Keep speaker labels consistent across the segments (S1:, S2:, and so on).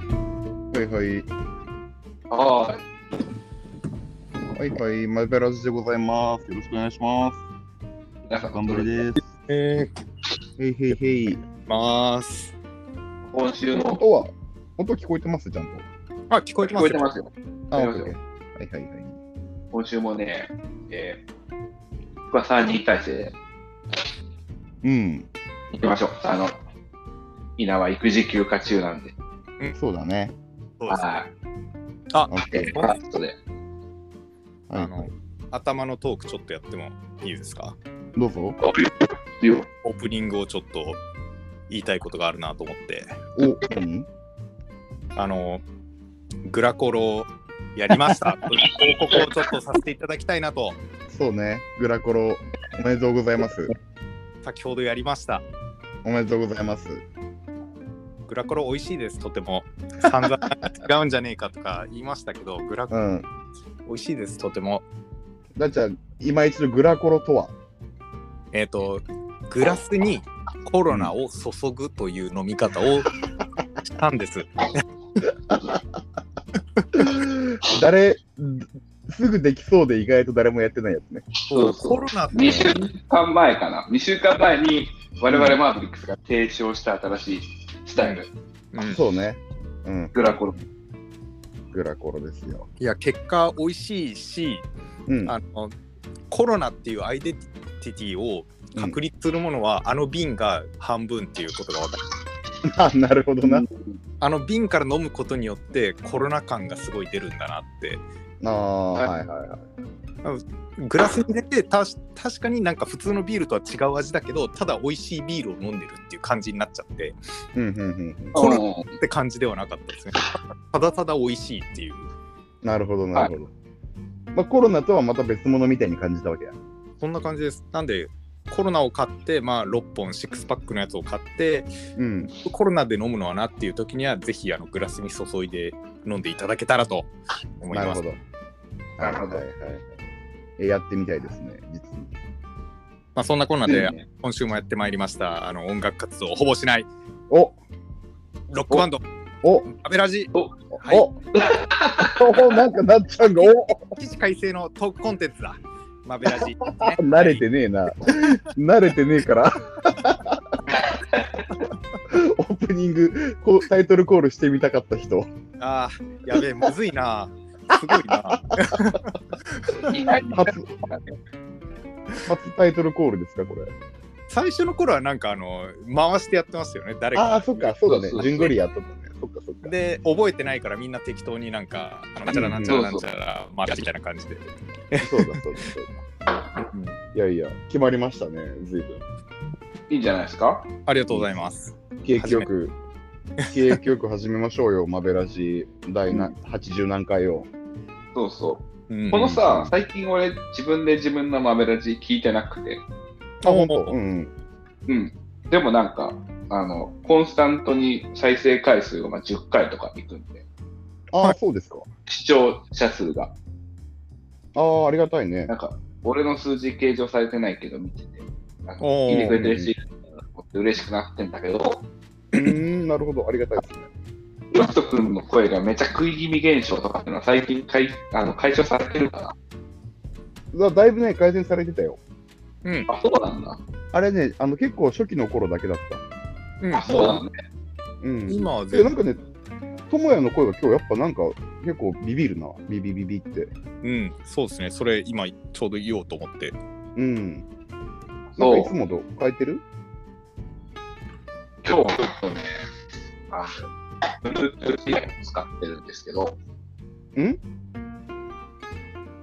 S1: はい。
S2: あ
S1: はいはい、マイペラーズでございます。よろしくお願いします。
S2: あ、なんか
S1: 頑張りです。
S3: え
S1: へいへいへい。
S3: ー、ます。
S2: 今週の
S1: 音は、音聞こえてますちゃんと。
S3: あ、聞こえ
S2: 聞
S3: てま
S2: こ
S3: す
S2: えて
S3: よ。
S2: ますよ。
S1: あ、
S2: 聞
S1: オ
S2: こえ
S1: ッ
S2: てま
S1: ケ
S2: す
S1: ーオッケーはいはいはい。
S2: 今週もね、えー、僕は3人体制で
S1: うん、
S2: 行きましょう。あの、稲は育児休暇中なんで。
S1: そうだね。
S3: そうですね
S2: はい。
S1: オッケ
S2: え
S1: ー。
S2: ー、パッとで。
S1: は
S3: あ
S1: いは
S3: の
S1: い、
S3: 頭のトークちょっとやってもいいですか
S1: どうぞ。
S2: よ
S3: オープニングをちょっと言いたいことがあるなと思って。
S1: お、何
S3: あの、グラコロやりま した。という報告をちょっとさせていただきたいなと、
S1: そうね。グラコロ、おめでとうございます。
S3: 先ほどやりました。
S1: おめでとうございます。
S3: グラコロ美味しいです、とても。散々違うんじゃねえかとか言いましたけど、グラコ
S1: う
S3: ロ
S1: ん。
S3: 美味しいです、とても。
S1: だっちゃん、今一度グラコロとは
S3: えっ、と、グラスにコロナを注ぐという飲み方をしたんです。
S1: 誰、すぐできそうで意外と誰もやってないやつね。
S2: そうそう
S3: コロナっ
S2: 2
S3: て
S2: 週間前かな。2週間前に我々マーブリックスが提唱した新しいスタイル、
S3: うん
S1: そうね。うん、
S2: グラコロ。
S1: グラコロですよ。
S3: いや結果美味しいし、
S1: うん。
S3: あのコロナっていうアイデンティティを確立するものは、あの瓶が半分っていうことが分かる
S1: あ、 なるほどな。
S3: あの瓶から飲むことによってコロナ感がすごい出るんだなって
S1: ああ、
S2: は
S1: はいいはいはい。
S3: グラスに入れてたし確かになんか普通のビールとは違う味だけどただ美味しいビールを飲んでるっていう感じになっちゃって
S1: うんうんうん
S3: コロ
S2: うん
S3: って感じではなかったですね ただただ美味しいっていう
S1: うん。なるほどなるほど。まあコロナとはまた別物みたいに感じたわけや。
S3: そんな感じですなんでコロナを買ってまあ6本6パックのやつを買って
S1: うん。
S3: コロナで飲むのはなっていう時にはぜひあのグラスに注いで飲んでいただけたらと思い
S1: なる
S3: ま
S1: ほ
S3: す。
S1: ど。
S2: なるほど
S1: はいはいはいえやってみたいですね、実に。
S3: まあそんなこんなで
S2: いいね
S3: 今週もやってまいりましたあの音楽活動をほぼしない
S1: お
S3: ロックバンド
S1: お
S3: アベラジはい
S1: おおなんかなっちゃんが、お
S3: 起死回生のトークコンテンツだ。マベラジ、ね
S1: 慣れてねえな。慣れてねえから。 オープニングこうタイトルコールしてみたかった人。
S3: ああやべえむずいな。すごいな。
S2: 意外に
S1: 初初タイトルコールですか、これ。
S3: 最初の頃はなんかあの回してやってますよね誰か。
S1: ああ、そっか、そうだ
S2: そうそうそ
S1: ね。
S2: う
S1: 順繰りやっとったね。そっかそっか。
S3: で覚えてないからみんな適当になんかあのなんちゃらなんちゃらなんちゃらマベラジみたいな感じで。
S1: そうだそうだそうだ。いやいや、決まりましたね、ずいぶ
S2: いいんじゃないですか
S3: ありがとうございます。
S1: ん。景気よく、景気よく始めましょうよ、マベラジ第な80何回を。
S2: そうそう。
S3: うん
S2: このさ、最近俺自分で自分の豆ラジ聞いてなくて。
S1: あ、ほんと
S3: おー
S1: うん。
S2: うん。でもなんか、あの、コンスタントに再生回数がまあ10回とかいくんで、
S1: あ
S3: は
S1: あ、そうですか。
S2: 視聴者数が、
S1: ああ、ありがたいね
S2: な。んか、俺の数字計上されてないけど見てて、あの
S3: おー
S2: 聞いてくれてるし、嬉しくなってんだけど、
S1: うーん、なるほど、ありがたいですね。
S2: ロスト君の声がめちゃ食い気味現象とかっていうのは最近解あの解消されてるか
S1: だだいぶね、改善されてたよ。
S3: うん
S2: ら。あ、そうなんだ。
S1: あれね、あの結構初期の頃だけだった。
S3: うん
S2: あ、そうなんだ。
S1: うん。
S3: 今は
S1: えな
S3: 全
S1: んかね、ともやの声が今日やっぱなんか結構ビビるな。ビビビビって。
S3: うん、そうですね。それ今ちょうど言おうと思って。
S1: うん。なん
S2: そ
S1: か
S2: う
S1: いつもと変えてる
S2: 今日はちょっとね、あの、Bluetooth を使ってるんですけど、
S1: ん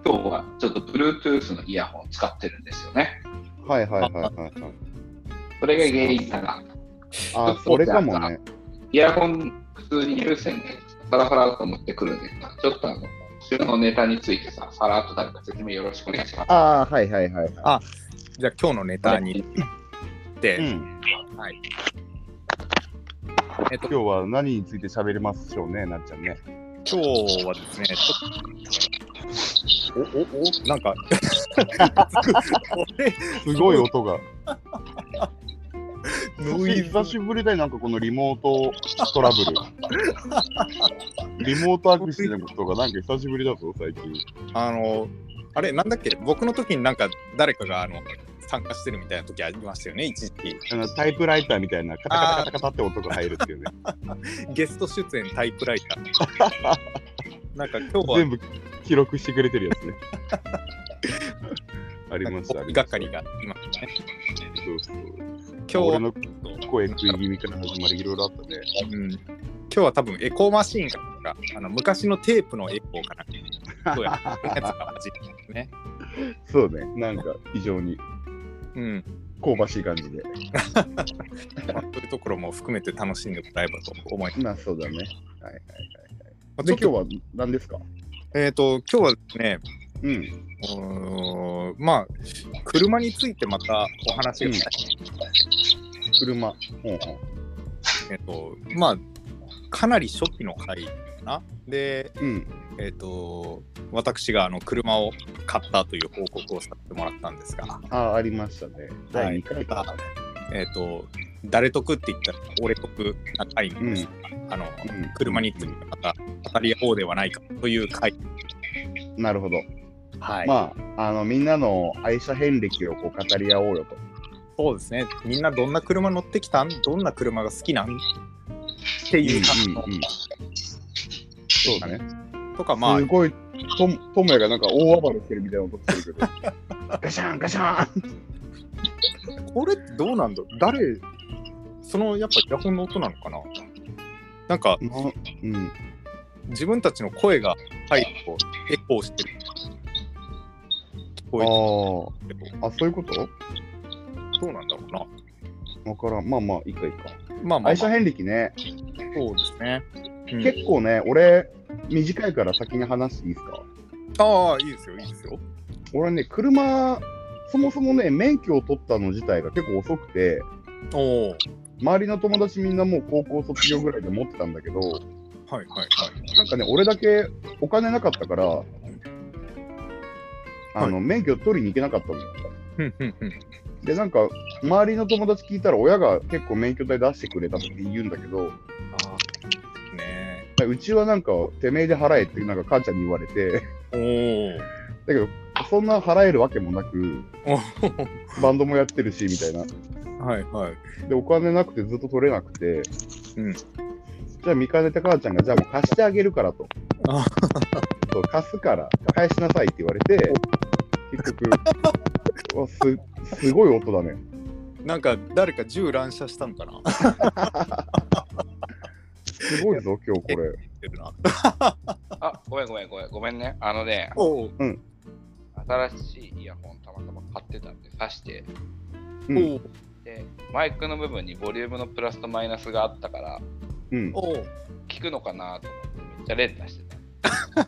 S2: 今日はちょっと Bluetooth のイヤホンを使ってるんですよね。
S1: はいはいはいはいはい。
S2: それが原因かな。
S1: あー、それかもね。
S2: イヤホン、普通に有線でさらさらっと持ってくるんですが、ちょっとあの、週のネタについてさ、さらっと誰か説明よろしくお願いします。
S1: ああ、はいはいはいはい。
S3: あじゃあ今日のネタに行って、
S1: うん、
S3: はい。えっと
S1: 今日は何について喋りましょうね、なっちゃんね。
S3: 今日はですね、ちょっとおおお なんかこれ
S1: すごい音が。
S3: ノイズ
S1: 久しぶりだよ、なんかこのリモートトラブル。リモート握手のことがなんか久しぶりだぞ、最近。
S3: あの、あれ、なんだっけ、僕の時になんか誰かがあの参加してるみたいな時ありましたよね、一時期。
S1: あのタイプライターみたいな、カタカタカタカタって音が入るっていうね。
S3: ゲスト出演タイプライター。 なんか今日は
S1: 全部記録してくれてるやつ ね。あり
S3: なん
S1: ま
S3: か
S1: した、ありました。
S3: 係がいましたね。
S1: そうそう
S3: 今日
S1: 俺
S3: は、
S1: の声食い気味から始まりいろいろあったね。
S3: うん、今日は多分エコーマシーンがあの昔のテープのエコーかな。そうや、やつが混じってますね。
S1: そうね、なんか非常に
S3: うん、
S1: 香ばしい感じで。
S3: まあそういうところも含めて楽しんでもらえばと思います。
S1: まあそうだね。はいはいはい。
S3: ち
S1: で、
S3: ょ
S1: 今
S3: っと
S1: 日は何ですか
S3: えっ、と、今日はですね、
S1: うん。
S3: うーんまあ、車についてまたお話がしたい
S1: 車。うんうん
S3: えっと、まあ、かなり初期の回かな。で、
S1: うん。
S3: えっと、私があの車を買ったという報告をさせてもらったんですが、
S1: ああ、ありましたね。第2回か。
S3: えっと、誰得って言ったら俺得な回なんですが、あの、
S1: うん
S3: 車についてまた当たり合おうではないかという回。
S1: なるほど。
S3: はいまあ、
S1: まあ、あの、みんなの愛車遍歴をこう語り合おうよと。
S3: そうですね。みんなどんな車乗ってきたんどんな車が好きなんっていう感
S1: うんうんうんそうね。
S3: とか、まあ
S1: す、ごい、とともやがなんか大暴れしてるみたいな音してる けど。ガシャンガシャン
S3: これってどうなんだろう誰そのやっぱイヤホンの音なのかななんか
S1: うん。
S3: 自分たちの声が入るとエコーしてる聞こ
S1: あ
S3: えてるけ
S1: あ。あ、そういうこと
S3: どどうなんだろうな
S1: わからん。まあまあ、いいかいいか。
S3: まあまあ、
S1: 愛
S3: ま
S1: 車
S3: あ、
S1: 遍歴ね。
S3: そうですね、うん
S1: 結構ね、俺、短いから先に話していいですか
S3: ああいいですよいいですよ
S1: 俺ね、車、そもそもね、免許を取ったの自体が結構遅くて、
S3: おお
S1: 周りの友達みんなもう高校卒業ぐらいで持ってたんだけど、
S3: はいはいはい
S1: なんかね、俺だけお金なかったから、あの、免許取りに行けなかったんだよ。
S3: ふんふんふん
S1: で、なんか、周りの友達聞いたら、親が結構免許代出してくれたって言うんだけど、
S3: ああね
S1: うちはなんか、てめえで払えって、なんか母ちゃんに言われて、だ
S3: え
S1: けど、そんな払えるわけもなく、
S3: おお
S1: バンドもやってるし、みたいな。
S3: はいはい
S1: で、お金なくてずっと取れなくて、
S3: うん
S1: じゃあ見かねた母ちゃんが、じゃあもう貸してあげるからと。
S3: あ
S1: そう貸すから、返しなさいって言われて、結局、 わすすごい音だね。
S3: なんか誰か銃乱射したのかな
S1: すごいぞ、今日これ。
S3: 言ってるな
S4: あ、ごめんごめんごめん。ごめんね。あのね、
S3: おお
S4: 新しいイヤホンたまたま買ってたんで、挿して、
S1: うん
S3: お
S4: で、マイクの部分にボリュームのプラスとマイナスがあったから、
S1: うん。
S3: おお
S4: 聞くのかなと思って、めっちゃ連打して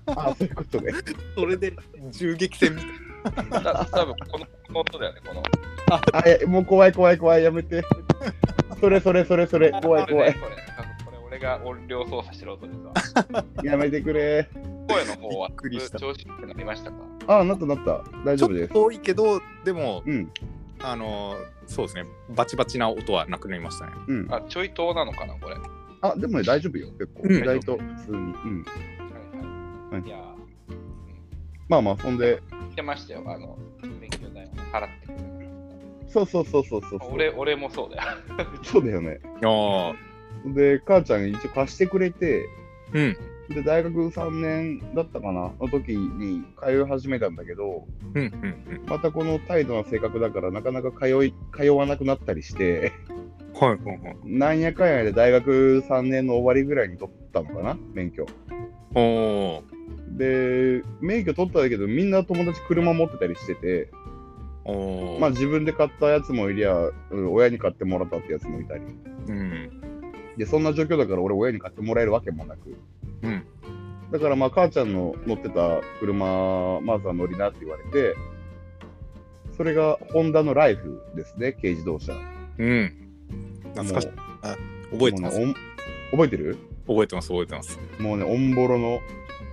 S4: た。
S1: あ、そういうことね。
S3: それで銃撃戦み たいな
S4: た多分このこの音だよね、この。
S1: あ、え、もう怖い怖い怖い、やめて。それそれそれそれ、怖い怖い。
S4: これね、これ多分これ俺が音量操作してる音でさ、
S1: やめてくれ。
S4: 声の方は
S3: びっくりした
S4: 調子良くなりましたか
S1: あ、なったなった。大
S3: ち
S1: 丈
S3: ょ
S1: 夫で
S3: っ
S1: す。
S3: と遠いけど、でも、
S1: うん、
S3: あのーそうですね、バチバチな音はなくなりましたね。
S1: うん。
S4: あ、ちょい遠なのかな、これ。
S1: あ、でもね、大丈夫よ、結構。
S3: うん
S1: 意外と普通に。うん。
S4: はいは
S1: は
S4: いい。いやー、
S1: まあまあ、そんで、
S4: 言ってましたよ、あの、勉強代を払ってくれなかった。
S1: そうそうそうそうそうそう。
S4: 俺俺もそうだよ。
S1: そうだよね。
S3: ああ、
S1: で、母ちゃん一応貸してくれて、
S3: うん、
S1: で、大学3年だったかな、の時に通い始めたんだけど、
S3: うん、うん、
S1: またこの態度な性格だから、なかなか通い、通わなくなったりして、
S3: うん。はい、はい、はい。
S1: なんやかんやで大学3年の終わりぐらいに取ったのかな、免許。
S3: おお
S1: で、免許取ったんだけど、みんな友達車持ってたりしてて、
S3: ー、おお。
S1: まあ自分で買ったやつもいりゃ、うん親に買ってもらったってやつもいたり。
S3: うん、
S1: で、そんな状況だから俺親に買ってもらえるわけもなく。
S3: うん、
S1: だからまあ母ちゃんの乗ってた車、まずは乗りなって言われて、それがホンダのライフですね、軽自動車。
S3: うん。懐かしい。
S1: も
S3: 覚え
S1: う
S3: て
S1: も
S3: ま
S1: う
S3: す。
S1: ねおん覚えてる
S3: 覚えてます、覚えてます。
S1: もうね、オンボロの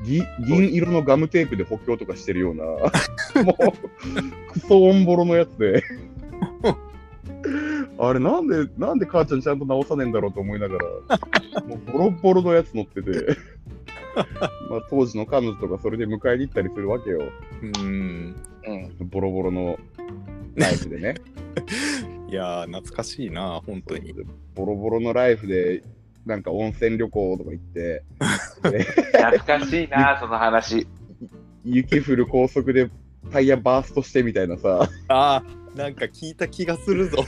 S1: ぎ銀色のガムテープで補強とかしてるよう な、もう、クソオンボロのやつで。あれなんで、なんで母ちゃんちゃんと直さねえんだろうと思いながら、もうボロッボロのやつ乗ってて、まあ、当時の彼女とかそれで迎えに行ったりするわけよ。
S3: うん。
S4: うん。
S1: ボロボロのライフでね。
S3: いやー、懐かしいな、本当に。
S1: ボロボロのライフで、なんか温泉旅行とか行って、
S4: 懐かしいな、その話。
S1: 雪降る高速でタイヤバーストしてみたいなさ、
S3: あー、なんか聞いた気がするぞ。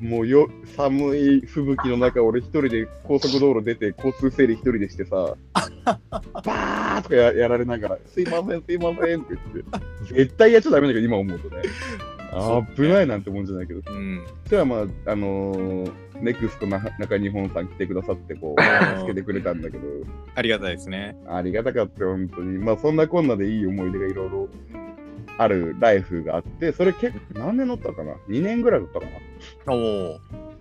S1: もうよ寒い吹雪の中、俺一人で高速道路出て、交通整理一人でして さ、バーとかややられながら、すいません、すいませんって言って、絶対やっちゃダメだけど、今思うとね。危ないなんてもんじゃないけど、
S3: うん。
S1: そしたらまあ、あのーネクストな中日本さん来てくださって、こう、助けてくれたんだけど、
S3: ありがたいですね。
S1: ありがたかったよ、本当に。まあ、そんなこんなでいい思い出がいろいろあるライフがあって、それ結構、何年乗ったかな ?2 年ぐらい乗ったかな
S3: おお。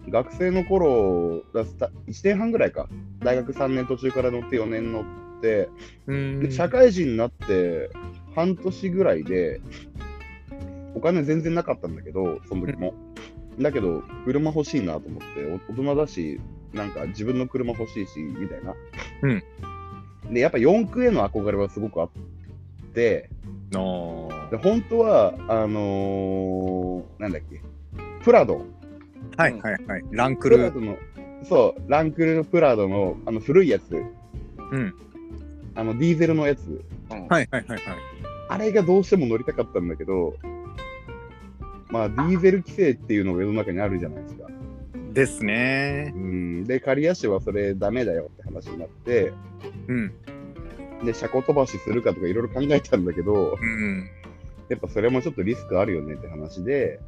S1: 学生の頃だした、1年半ぐらいか。大学3年途中から乗って4年乗って、
S3: うん
S1: で社会人になって半年ぐらいで、お金全然なかったんだけど、その時も。だけど、車欲しいなと思って、お大人だし、なんか自分の車欲しいし、みたいな。
S3: うん
S1: で、やっぱ四駆への憧れはすごくあって、
S3: の
S1: で本当は、あのーなんだっけ、プラド。
S3: はいはいはい。ランク
S1: プラ
S3: ル。
S1: ドの、そう、ランクルのプラドの、あの、古いやつ。
S3: ん
S1: あの、ディーゼルのやつ。
S4: うん
S3: はいはいはいはい。
S1: あれがどうしても乗りたかったんだけど、まあ、ディーゼル規制っていうのが世の中にあるじゃないですか。
S3: ですね。
S1: うん、で、刈谷市はそれダメだよって話になって、
S3: うん。
S1: で、車庫飛ばしするかとかいろいろ考えたんだけど、
S3: うん。
S1: やっぱそれもちょっとリスクあるよねって話で、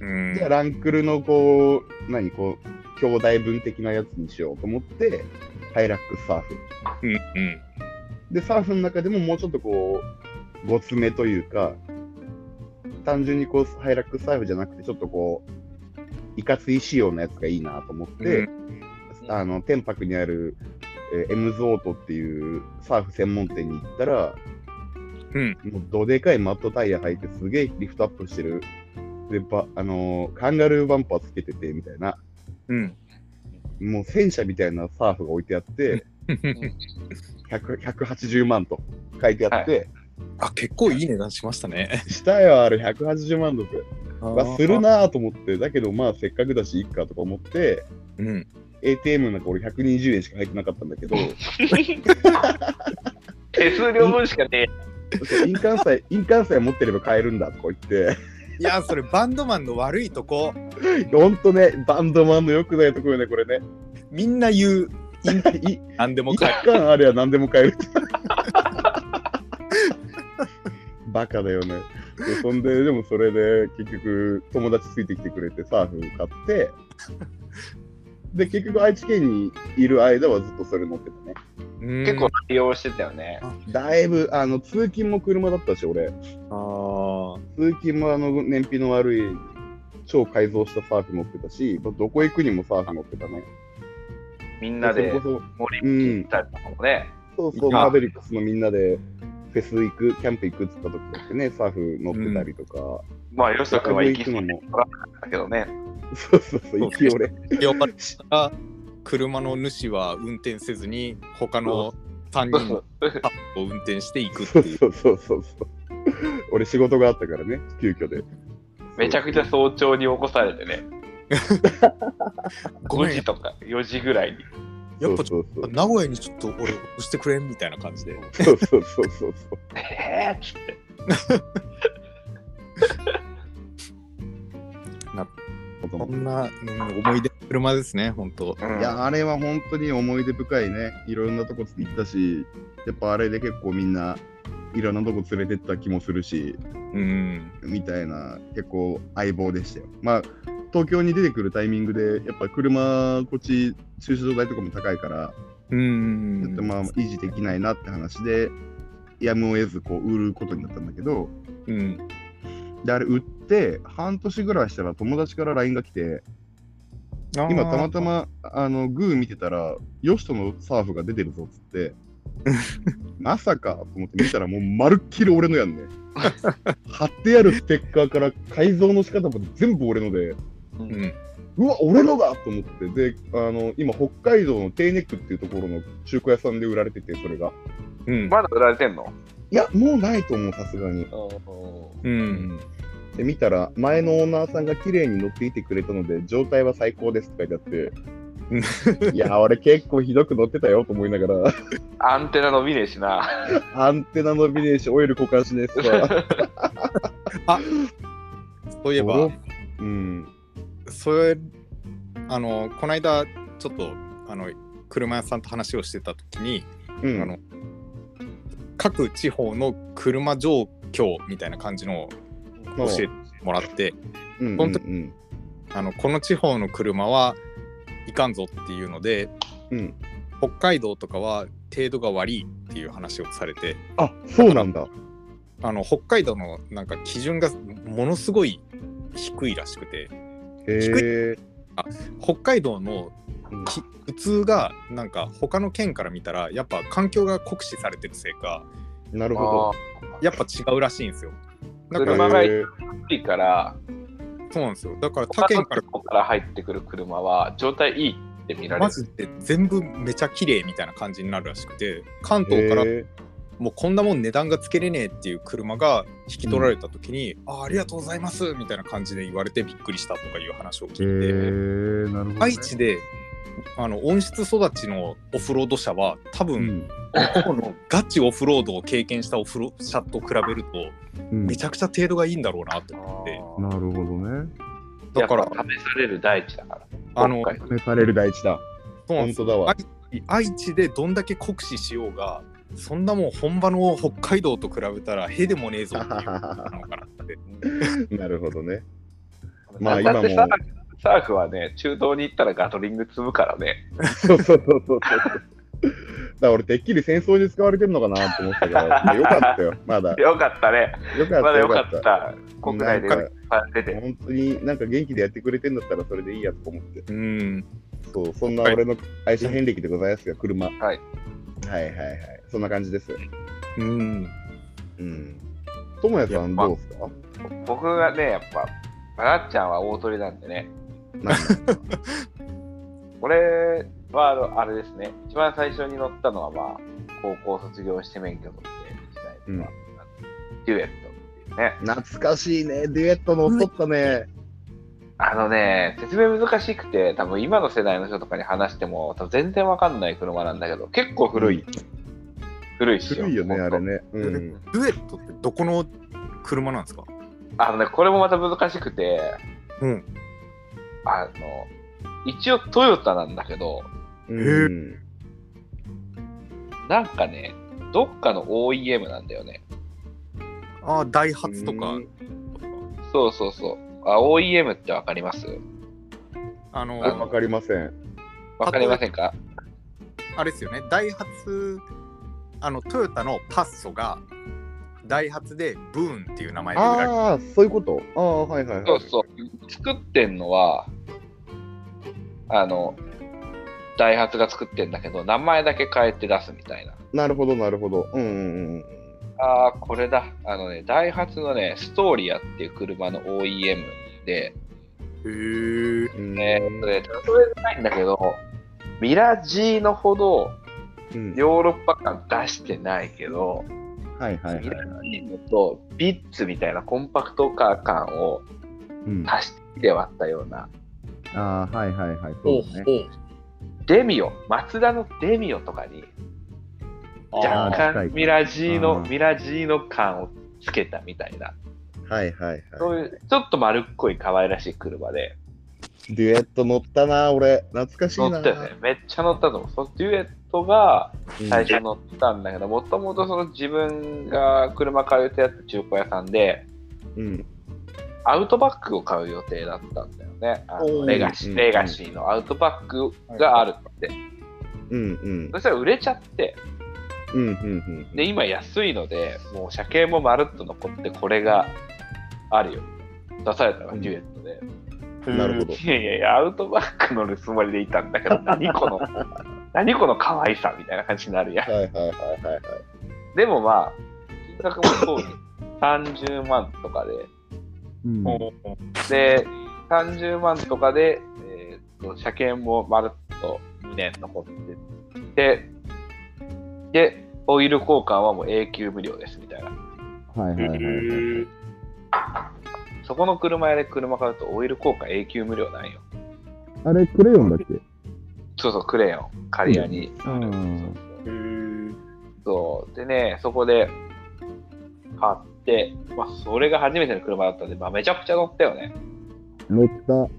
S3: うん
S1: じゃあランクルのこう、何、こう、兄弟分的なやつにしようと思って、ハイラックスサーフ。
S3: うんうん。
S1: で、サーフの中でももうちょっとこう、ごつめというか、単純にこう、ハイラックスサーフじゃなくて、ちょっとこう、いかつい仕様のやつがいいなと思って、
S3: う
S1: あの、天白にある、えーエムゾートっていうサーフ専門店に行ったら、
S3: うん
S1: もうどでかいマットタイヤ履いて、すげえリフトアップしてる。で、ば、あのーカンガルーバンパーつけてて、みたいな。
S3: うん。
S1: もう戦車みたいなサーフが置いてあ って、100 180万と書いてあって、
S3: あ、結構いい値段しまし たね。
S1: したよ、あれ180万ドル。はする
S3: な。
S1: なぁと思って、だけどまあせっかくだし、いっかとか思って、
S3: うん。
S1: ATM なんか俺120円しか入ってなかったんだ けど、
S4: 手数料分しかね
S1: そう印鑑さえ、印鑑さえ持ってれば買えるんだとか言って、
S3: いや、それバンドマンの悪いとこ、
S1: ほんとね、バンドマンの良くないとこよね、これね。
S3: みんな言う。
S1: い
S3: 何でも
S1: 印
S3: 買
S1: 鑑あれば何でも買える。バカだよね。でそんで、でもそれで結局友達ついてきてくれてサーフ買って、で、結局愛知県にいる間はずっとそれ乗ってたね。
S3: う。
S4: え。
S3: 結
S4: 結構利用してたよね。
S1: だいぶあの通勤も車だったし俺
S3: 構。あ
S1: 通勤もあの燃費の悪い超改造したサーフ乗ってたしどどこ行くにもサーフ乗ってたね
S4: みんなで
S1: それこ
S4: 森に行ったりとかもね。
S1: そそうそう
S3: あ
S1: マーベリックスのみんなでフェス行くキャンプ行くっつった時だってねサーフ乗ってたりとか、
S4: まあ、よそくんは行き
S1: く
S4: そう
S1: のも
S4: だけどね。
S1: そうそうそう行き俺
S3: あ。呼ばれた車の主は運転せずに、他の3
S4: そ
S3: 人
S4: う
S3: のカップを運転していくって
S1: そう
S3: いう。
S1: そうそうそう俺仕事があったからね急遽で
S4: めちゃくちゃ早朝に起こされてね。
S3: ご
S4: 5
S3: めん
S4: 時とか4時ぐらいに。
S3: やっぱち
S1: そうそう
S3: 名古屋にちょっと俺押してくれんみたいな感じで。
S1: そうそうそうそうそう
S4: えーっつって。
S3: こんな、うん思い出の車ですね、本当。
S4: うん
S1: いや、あれは本当に思い出深いね。いろんなとこ行ったし、やっぱあれで結構みんないろんなとこ連れてった気もするし、
S3: うん。
S1: みたいな結構相棒でしたよ。まあ、東京に出てくるタイミングで、やっぱ車、こっち駐車場代とかも高いから、
S3: う
S1: ちょっと
S3: ん。
S1: まあ維持できないなって話で、やむを得ずこう売ることになったんだけど、
S3: うん。
S1: で、あれ売って半年ぐらいしたら友達から LINE が来て、今たまたまあのグー見てたらヨシトのサーフが出てるぞっつってまさかと思って見たらもうまるっきり俺のやんね貼ってあるステッカーから改造の仕方も全部俺ので
S3: うん。
S1: うわ、俺のだと思って、で、あの、今、北海道のテーネックっていうところの中古屋さんで売られてて、それが。
S3: うん。
S2: まだ売られてんの
S1: いや、もうないと思う、さすがに。
S3: うん。
S1: で、見たら、前のオーナーさんが綺麗に乗っていてくれたので、状態は最高ですって書いてあって、いや、俺結構ひどく乗ってたよと思いながら、
S2: アンテナ伸びねえしな。
S1: アンテナ伸びねえし、オイル交換しねえしさ。
S3: そういえば、
S1: うん。
S3: それ、あの、この間、ちょっと、あの、車屋さんと話をしてた時に、
S1: うん。
S3: あの、各地方の車状況みたいな感じのを教えてもらって、
S1: うんうん、
S3: 本当
S1: うん。
S3: あのこの地方の車はいかんぞっていうので
S1: うん。
S3: 北海道とかは程度が悪いっていう話をされて
S1: あ、そうなんだ。
S3: あの北海道のなんか基準がものすごい低いらしくて
S1: へえ。
S3: 北海道の
S1: うん
S3: き普通がなんか他の県から見たらやっぱ環境が酷使されてるせいか
S1: なるほ
S2: あ
S1: ど。
S2: ー
S3: やっぱ違うらしいんですよだか
S2: 車
S3: ら
S2: が
S1: へー
S2: いいから、
S3: そうなんですよだから他
S2: 他
S3: 県
S2: の
S3: から
S2: とこから入ってくる車は状態いいって見られ
S3: マ
S2: る。
S3: ジで全部めちゃ綺麗みたいな感じになるらしくて関東から
S1: へ
S3: もうこんなもん値段がつけれねえっていう車が引き取られた時に、あありがとうございますみたいな感じで言われてびっくりしたとかいう話を
S1: え。
S3: 聞いて、
S1: なるほどね。
S3: 愛知であの温室育ちのオフロード車は多
S1: う
S3: 分、
S1: ん。
S3: このガチオフロードを経験したオフロ車と比べると
S1: うん
S3: めちゃくちゃ程度がいいんだろうなと思って、
S1: なるほどね。
S3: だから
S2: やっぱ試される大地だから。
S3: あの
S2: 北海道
S1: 試される第一だ。
S3: そうな
S1: 本
S3: んです
S1: 当だわ。
S3: 愛知でどんだけ酷使しようがそんなもん本場の北海道と比べたらへでもねえぞっていうのかなって。
S1: なるほどね。ま
S2: ま
S1: あ
S2: あ
S1: 今も
S2: 今もサーフサーフはね、中東に行ったらガトリング積むからね。
S1: そうそうそうそう。だから俺、てっきり戦争に使われてるのかなと思ってたから、 よかったよ、まだ。よ
S2: よかったね。
S1: かっ
S2: ま
S1: た、
S2: だよ
S1: よ
S2: か
S1: か
S2: っ
S1: った。
S2: た。国内で
S1: なん
S2: 出て。。
S1: 本当になんか元気でやってくれてんだったらそれでいいやと思って。
S3: うん
S1: そう、そんな俺の愛車遍歴でございますよ、車。はいはいはいはい。そんな感じです。
S3: うん、
S1: うん。ともやさん、どうですか
S2: 僕がね、やっぱ、まなっちゃんは大鳥なんでね。 俺はあの、あれですね、一番最初に乗ったのは、まあ、高校卒業して免許取って、
S1: うん
S2: まあデュエットっていうね。
S1: 懐かしいね、デュエットの撮ったね。
S2: あのね、説明難しくて、多分今の世代の人とかに話しても、多分全然わかんない車なんだけど、結構古い。古いっすよ。
S1: 古いよね、あ
S2: 本当
S1: れね。うん。
S3: デュエットってどこの車なんですか
S2: あのね、これもまた難しくて、
S3: うん。
S2: あの、一応トヨタなんだけど、
S1: うん。
S2: なんかね、どっかの OEM なんだよね。
S3: ああ、ダイハツとか、
S1: うん
S2: そうそうそう。あ、OEM ってわかります
S3: あの
S1: あわかりません。
S2: わかりませんか
S3: あれですよね、ダイハツ、あのトヨタのパッソが、ダイハツでブーンっていう名前で売られて
S1: ああ、そういうこと。ああ、はいはいはい。
S2: そうそう。作ってんのは、あの、ダイハツが作ってんだけど、名前だけ変えて出すみたいな。
S1: なるほど、なるほど。うんうんうん。
S2: ああ、これだ。あのね、ダイハツのね、ストーリアっていう車の OEM で、
S3: る。へえ。
S1: うん
S2: えーっとね、例えないんだけど、ミラジーのほど
S1: うん
S2: ヨーロッパ感出してないけど、
S1: はいはいはい
S2: ミ。ラジーノとビッツみたいなコンパクトカー感を
S1: うん、あ
S2: 足して割ったような、
S1: あー、はいはいはい。
S3: お
S1: そううだね。
S2: デミオ、マツダのデミオとかに
S3: おう。
S1: ゃあ
S2: 若
S3: あ
S1: 近い
S2: 干ミラジー
S1: あ
S2: ノ、
S1: ー
S2: ミラジーノ感をつけたみたいな、
S1: はいはいは
S2: そういうちょっと丸っこい可愛らしい車で、
S1: い。デュエット乗ったな、俺。懐かしい
S2: 乗
S1: な。
S2: ったよね、めっちゃ乗ったと思う。そのデュエットが
S1: うん
S2: 最初乗ったんだけど、もともとその自分が車買う予定だった中古屋さんで、
S1: うん。
S2: アウトバックを買う予定だったんだよね。あ
S3: お
S2: の
S3: ー
S2: レガシ
S1: うん
S2: ー、レガシーのアウトバックがあるって。
S1: うんうん。
S2: そしたら売れちゃって、
S1: うんうんうん。
S2: で、今安いので、もう車検もまるっと残って、これがあるよ。出されたの
S1: う
S2: が
S1: ん
S2: デュエットで。
S1: なるほど。
S2: いやいやいや、アウトバック乗るつもりでいたんだけ ど、何この、何この可愛さみたいな感じになるやん。
S1: はいはいはいはいはい。
S2: でもまあ、金額もそうに30万とかで、
S1: うん
S3: おう
S2: で、 30万とかで、えーっと車検もまるっと2年残ってて、で、オイル交換はもう永久無料ですみたいな。
S1: はいはいはいはい。
S2: そこの車屋で車買うとオイル交換永久無料なんよ。
S1: あれ、クレヨンだっけ
S2: そうそう、クレヨン、刈谷に。
S1: うん。
S2: そう。でね、そこで買って、まあ、それが初めての車だったんで、まあ、めちゃくちゃ乗ったよね。
S1: 乗った。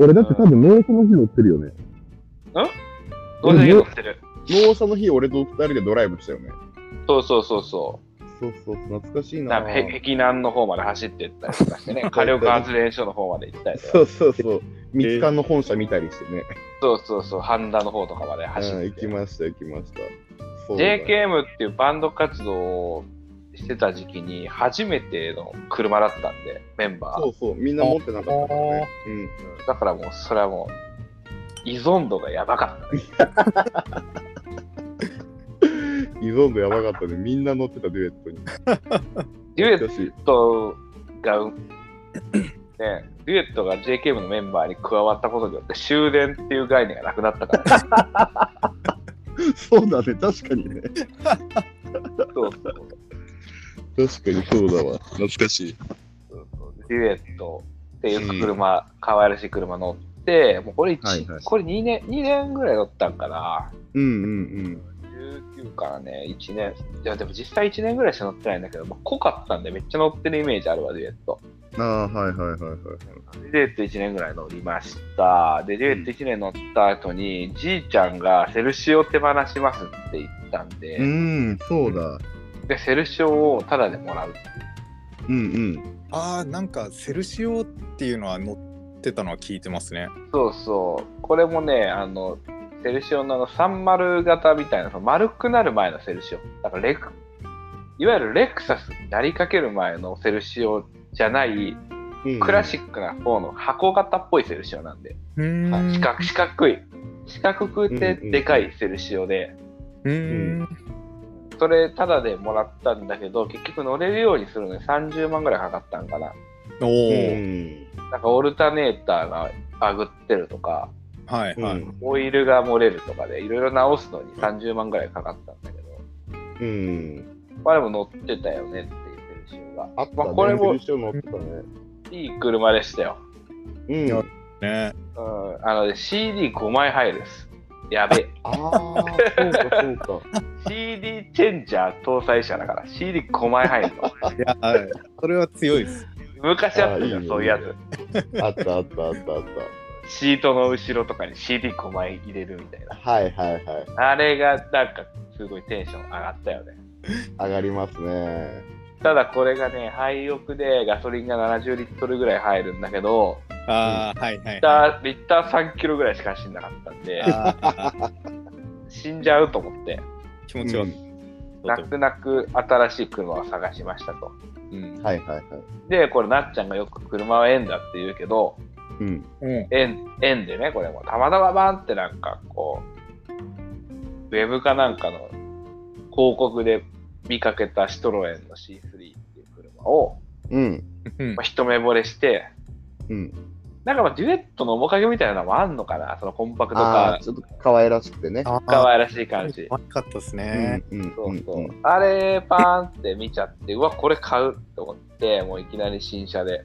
S1: 俺だって多分、納車の日乗ってるよね。
S2: どれだけ乗ってる。
S1: 納車の日、俺と二人でドライブしたよね。
S2: そうそうそうそ。
S1: そうそうそう、懐かしいうな
S2: なんかへ壁南の方まで走ってったりとかしてね、火力発電所の方まで行ったりとか。
S1: そうそう そう。三つ館の本社見たりしてね。
S2: そうそうそう、ハンダの方とかまで走
S1: うん
S2: っ
S1: 行
S2: て
S1: き。ました、行きました。そうだ
S2: JKM っていうバンド活動をしてた時期に初めての車だったんで、メンバ
S1: そ
S2: ー。
S1: うそう、みんな持ってなかったからね。うん。
S2: だからもう、それはもう、依存度がやばかったね。
S1: 依存度やばかったね。みんな乗ってたデュエットに。
S2: デュエット
S1: 懐かしい
S2: デュエットが、 うね、デュエットが JKM のメンバーに加わったことによって終電っていう概念がなくなっ たから、ね、
S1: そうだね、確かにね。
S2: そうそう
S1: 確かにそうだ わ。懐かしい。
S2: そうそうデュエットっていう車、可愛らしい車乗って、もうこれ一、
S1: はいはい
S2: これ2年、二年ぐらい乗ったんかな。
S1: うんうん
S2: 19からね、1年。いや、でも実際1年ぐらいしか乗ってないんだけど、まあ、濃かったんでめっちゃ乗ってるイメージあるわ、デュエット。
S1: うん。ああ、はいはいはいはい。
S2: デュエット1年ぐらい乗りました。で、デュエット1年乗った後に、じいちゃんがセルシオ手放しますって言ったんで、
S1: うん、そうだ。
S2: で、セルシオをタダでもらう。
S1: うんうん。
S3: ああなんかセルシオっていうのは乗ってたのは聞いてますね。
S2: そうそう。これもね、あの、セルシオのあの30型みたいな、その丸くなる前のセルシオ。だからレク、いわゆるレクサスになりかける前のセルシオじゃない、
S1: うん
S2: クラシックな方の箱型っぽいセルシオなんで、
S3: う
S2: あ
S3: ん
S2: 四角四角い。四角くてでかいセルシオで、
S3: うん
S2: それタダでもらったんだけど結局乗れるようにするのに30万ぐらいかかったんかな
S3: お
S1: う
S3: お
S1: ん。
S2: なんかオルタネーターがバグってるとか
S3: はい
S1: うん。う
S3: はい。
S1: ん
S2: オイルが漏れるとかでいろいろ直すのに30万ぐらいかかったんだけど、
S1: うん。
S2: まあでも乗ってたよねっていうセルシオが
S1: あった
S2: まあこれも
S1: 電車乗ってたね。
S2: いい車でしたよ、
S1: うん。
S3: ね
S2: うん、あのね CD5 枚入るですや べえ
S1: ああ、そうかそうか。
S2: CD チェンジャー搭載車だから CD5 枚入るの
S3: いやはいそれは強いです。
S2: 昔あったじゃ
S1: あいい
S2: ん
S1: ね
S2: そういうや
S1: いい
S2: つ
S1: あったあったあったあっ
S2: シートの後ろとかに CD5 枚入れるみたいな
S1: た。はいはいはい。
S2: あれがなんかすごいテンション上がったよね。
S1: 上がりますね。
S2: ただこれがね、廃屋でガソリンが70リットルぐらい入るんだけど、
S3: ああはいはい
S2: リッ。ターリッター3キロぐらいしか走んなかったんで、
S3: あー
S2: 死んじゃうと思って、
S3: 気持ちよ
S1: う
S3: か
S1: ん
S3: っ
S2: 泣
S3: た
S2: く泣く新しい車を探しましたと。うん
S1: はいはいはい。
S2: で、これなっちゃんがよく車は円だって言うけど、
S1: うん。
S3: うん
S2: 円円でね、これもたまたまバンってなんかこう、ウェブかなんかの広告で見かけたシトロエンの C3 っていう車を、
S1: うん。
S3: うん
S2: まあ、一目惚れして、
S1: うん。
S2: なんかまあデュエットの面影みたいなのもあんのかな、そのコンパクト
S1: あ
S2: か
S1: あ、、ちょっと可愛らしくてね。
S3: あー
S2: 可愛らしい感じ。
S3: 可愛かったです
S1: う
S3: ね
S1: ん。。うん
S2: そうそう。
S1: うん
S2: あれ、パーンって見ちゃって、うわ、これ買うと思って、もういきなり新車で、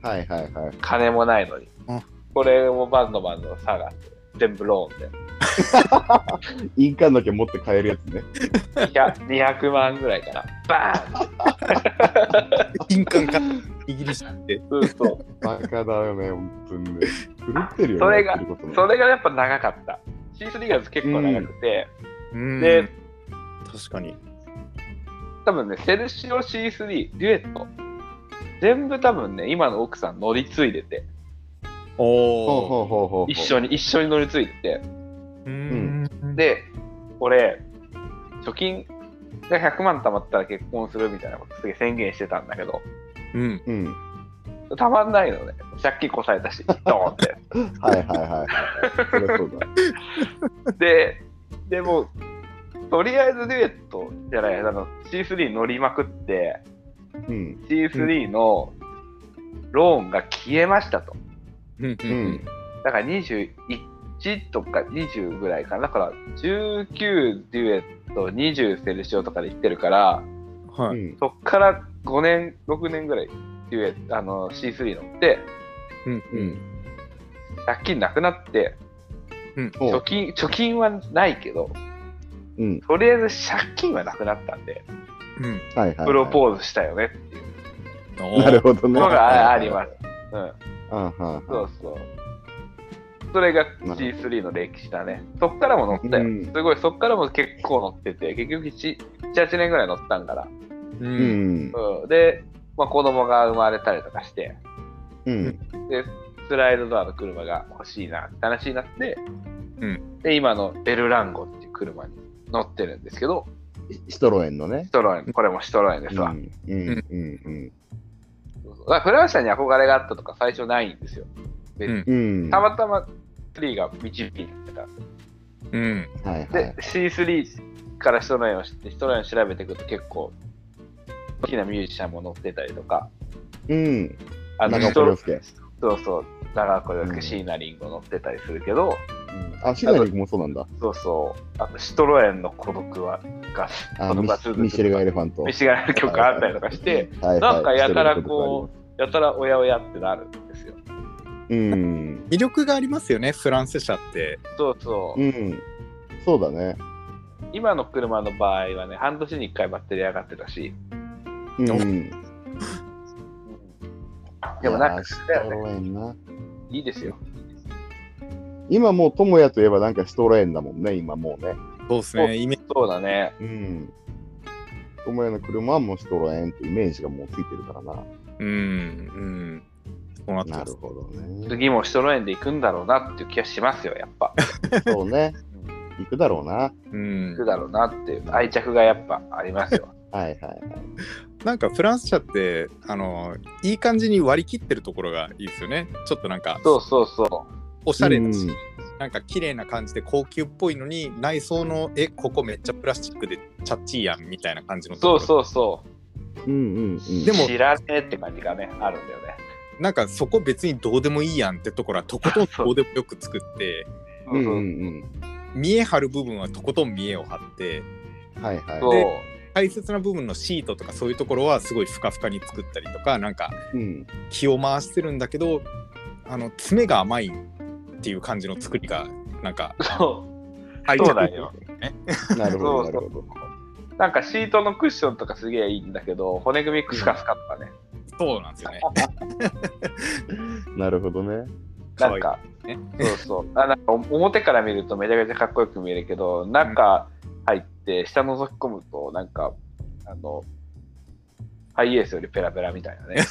S1: はいはいはい。
S2: 金もないのに
S3: うん。
S2: これをバンドマンの差があって、全部ローンで。
S1: 印鑑だけ持って帰るやつね。
S2: 200 200万ぐらいかな。バーン
S3: 金管からイギリスって。
S2: そうそう。
S1: バカだよね、本当にね。狂ってるよね。
S2: それが
S1: やってることね
S2: それがやっぱ長かった。C3 が結構長くて、
S3: うん
S2: で、
S3: 確かに。
S2: 多分ね、セルシオ C3、デュエット、全部多分ね、今の奥さん乗り継いでて、
S1: ほ
S3: お
S1: う
S3: お。
S1: ほうほうほう。
S2: 一緒に、一緒に乗り継いでて、
S3: うん。
S2: で、俺、貯金が100万貯まったら結婚するみたいなことすげえ宣言してたんだけど、
S3: うん。
S1: うん。
S2: たまんないのね。借金こされたし、ドーン って。
S1: はいはいはいはい。そりゃそうだ。
S2: で、でも、とりあえずデュエットじゃない、あの C3 乗りまくって、
S1: うん。
S2: C3 のローンが消えましたと。
S3: うんう
S1: うん
S3: うん
S1: ん。
S2: だから21とか20ぐらいかな。だから19デュエット、20セルシオとかで行ってるから、
S1: う
S3: はい。
S1: ん。
S2: そっから5年、6年ぐらいデュエット、あの C3 乗って、
S3: うん
S1: う
S3: うんん。
S2: 借金なくなって、
S1: お
S2: 貯金、貯金はないけど、
S1: うん。
S2: とりあえず借金はなくなったんで、
S3: うん。
S1: はいはいはい。
S2: プロポーズしたよねっていう
S3: おー
S1: なるほどね。
S2: のがああります。うん。
S1: あはあはあ
S2: そうそう。それが
S1: ほど
S2: G3 の歴史だね。そっからも乗ったよ。
S1: うん
S2: すごい、そっからも結構乗ってて、結局7、8年ぐらい乗ったんから。
S3: う。
S1: うんん。
S2: うん、で、まあ、子供が生まれたりとかして、
S1: うん。
S2: で、スライドドアの車が欲しいなって話になって、
S3: う
S2: で、今のベルランゴっていう車に乗ってるんですけど、
S1: シトロエンのね
S2: シ。トロエン、これもシトロエンですわ。
S1: うん。うん。うん。
S2: そうそうだからフランシャに憧れがあったとか最初ないんですよ。で
S3: うん
S1: うん。
S2: た
S1: は
S2: またま3が導いてた
S3: うん。
S1: いは
S2: で
S1: い。、
S2: C3 から人の絵を知って、人の絵を調べていくと結構、好きなミュージシャンも載ってたりとか、
S1: うん。
S2: あの
S1: 長
S2: 人
S1: 岡
S2: の
S1: 亮、介。
S2: そうそう、長岡亮
S1: う
S2: 介、
S1: ん
S2: 椎名林檎載ってたりするけど、
S1: うんあ、シドニーもそうなんだ。
S2: そうそう、あと、シトロエンの孤独は、が、
S1: あ
S2: 孤独
S1: ミ
S2: は
S1: シミシェルガエレファント
S2: ミ。シガンの曲があったりとかして、
S1: はいはい
S2: なんかやたらこう、やたらおやおやってなるんですよ。
S1: う。うん。
S3: 魅力がありますよね、フランス車って。
S2: そうそう
S1: う、ん。そうだね。
S2: 今の車の場合はね、半年に1回バッテリー上がってたし、
S1: うん。
S2: でもなん
S1: いやー
S2: か、
S1: シトロエンな。
S2: いいですよ。
S1: 今もう、智也といえばなんかシトロエンだもんね、今もうね。
S3: そうです
S2: お
S3: ね、イメー
S2: そうだね。
S1: うん。智也の車はもうシトロエンってイメージがもうついてるからな。
S3: うん。うん。そうなって
S1: な
S3: ま
S1: る
S3: す。
S1: ほどね。
S2: 次もシトロエンで行くんだろうなっていう気がしますよ、やっぱ。
S1: そうね。行くだろうな。
S3: うん
S2: 行く。だろうなっていう愛着がやっぱありますよ。
S1: はいはいはい。
S3: なんかフランス車って、あの、いい感じに割り切ってるところがいいですよね。ちょっとなんか、
S2: そうそうそう。
S3: おしゃれだ
S1: う
S3: し
S1: ん、
S3: なんか綺麗な感じで高級っぽいのに、内装の、え、ここめっちゃプラスチックでチャッチーやんみたいな感じのとこ
S2: そ
S3: ろ
S2: うそうそう。
S1: うんうんうん。
S3: でも
S2: 知らねえって感じがね、あるんだよね。
S3: なんかそこ別にどうでもいいやんってところはとことんどうでもよく作って
S2: そううんそうう。
S1: ん
S3: 見え張る部分はとことん見えを張って
S1: うん。はいはい。
S2: そう
S3: 大切な部分のシートとかそういうところはすごいふかふかに作ったりとかなんか
S1: うん。
S3: 気を回してるんだけどあの爪が甘いっていう感じの作りがなんか
S2: そう
S3: 愛
S2: そうだよ。
S1: なるほど、
S2: そ
S1: な
S2: う
S1: る
S2: そ
S1: ほど
S2: う。。なんかシートのクッションとかすげえいいんだけど、骨組みクスカスカとかね。
S3: そうなんですよね。
S1: なるほどね。
S2: なんか、
S3: ね
S2: そうそう。あなんか表から見るとめちゃめちゃかっこよく見えるけど、中入って下覗き込むと、なんか、あの、ハイエースよりペラペラみたいなね。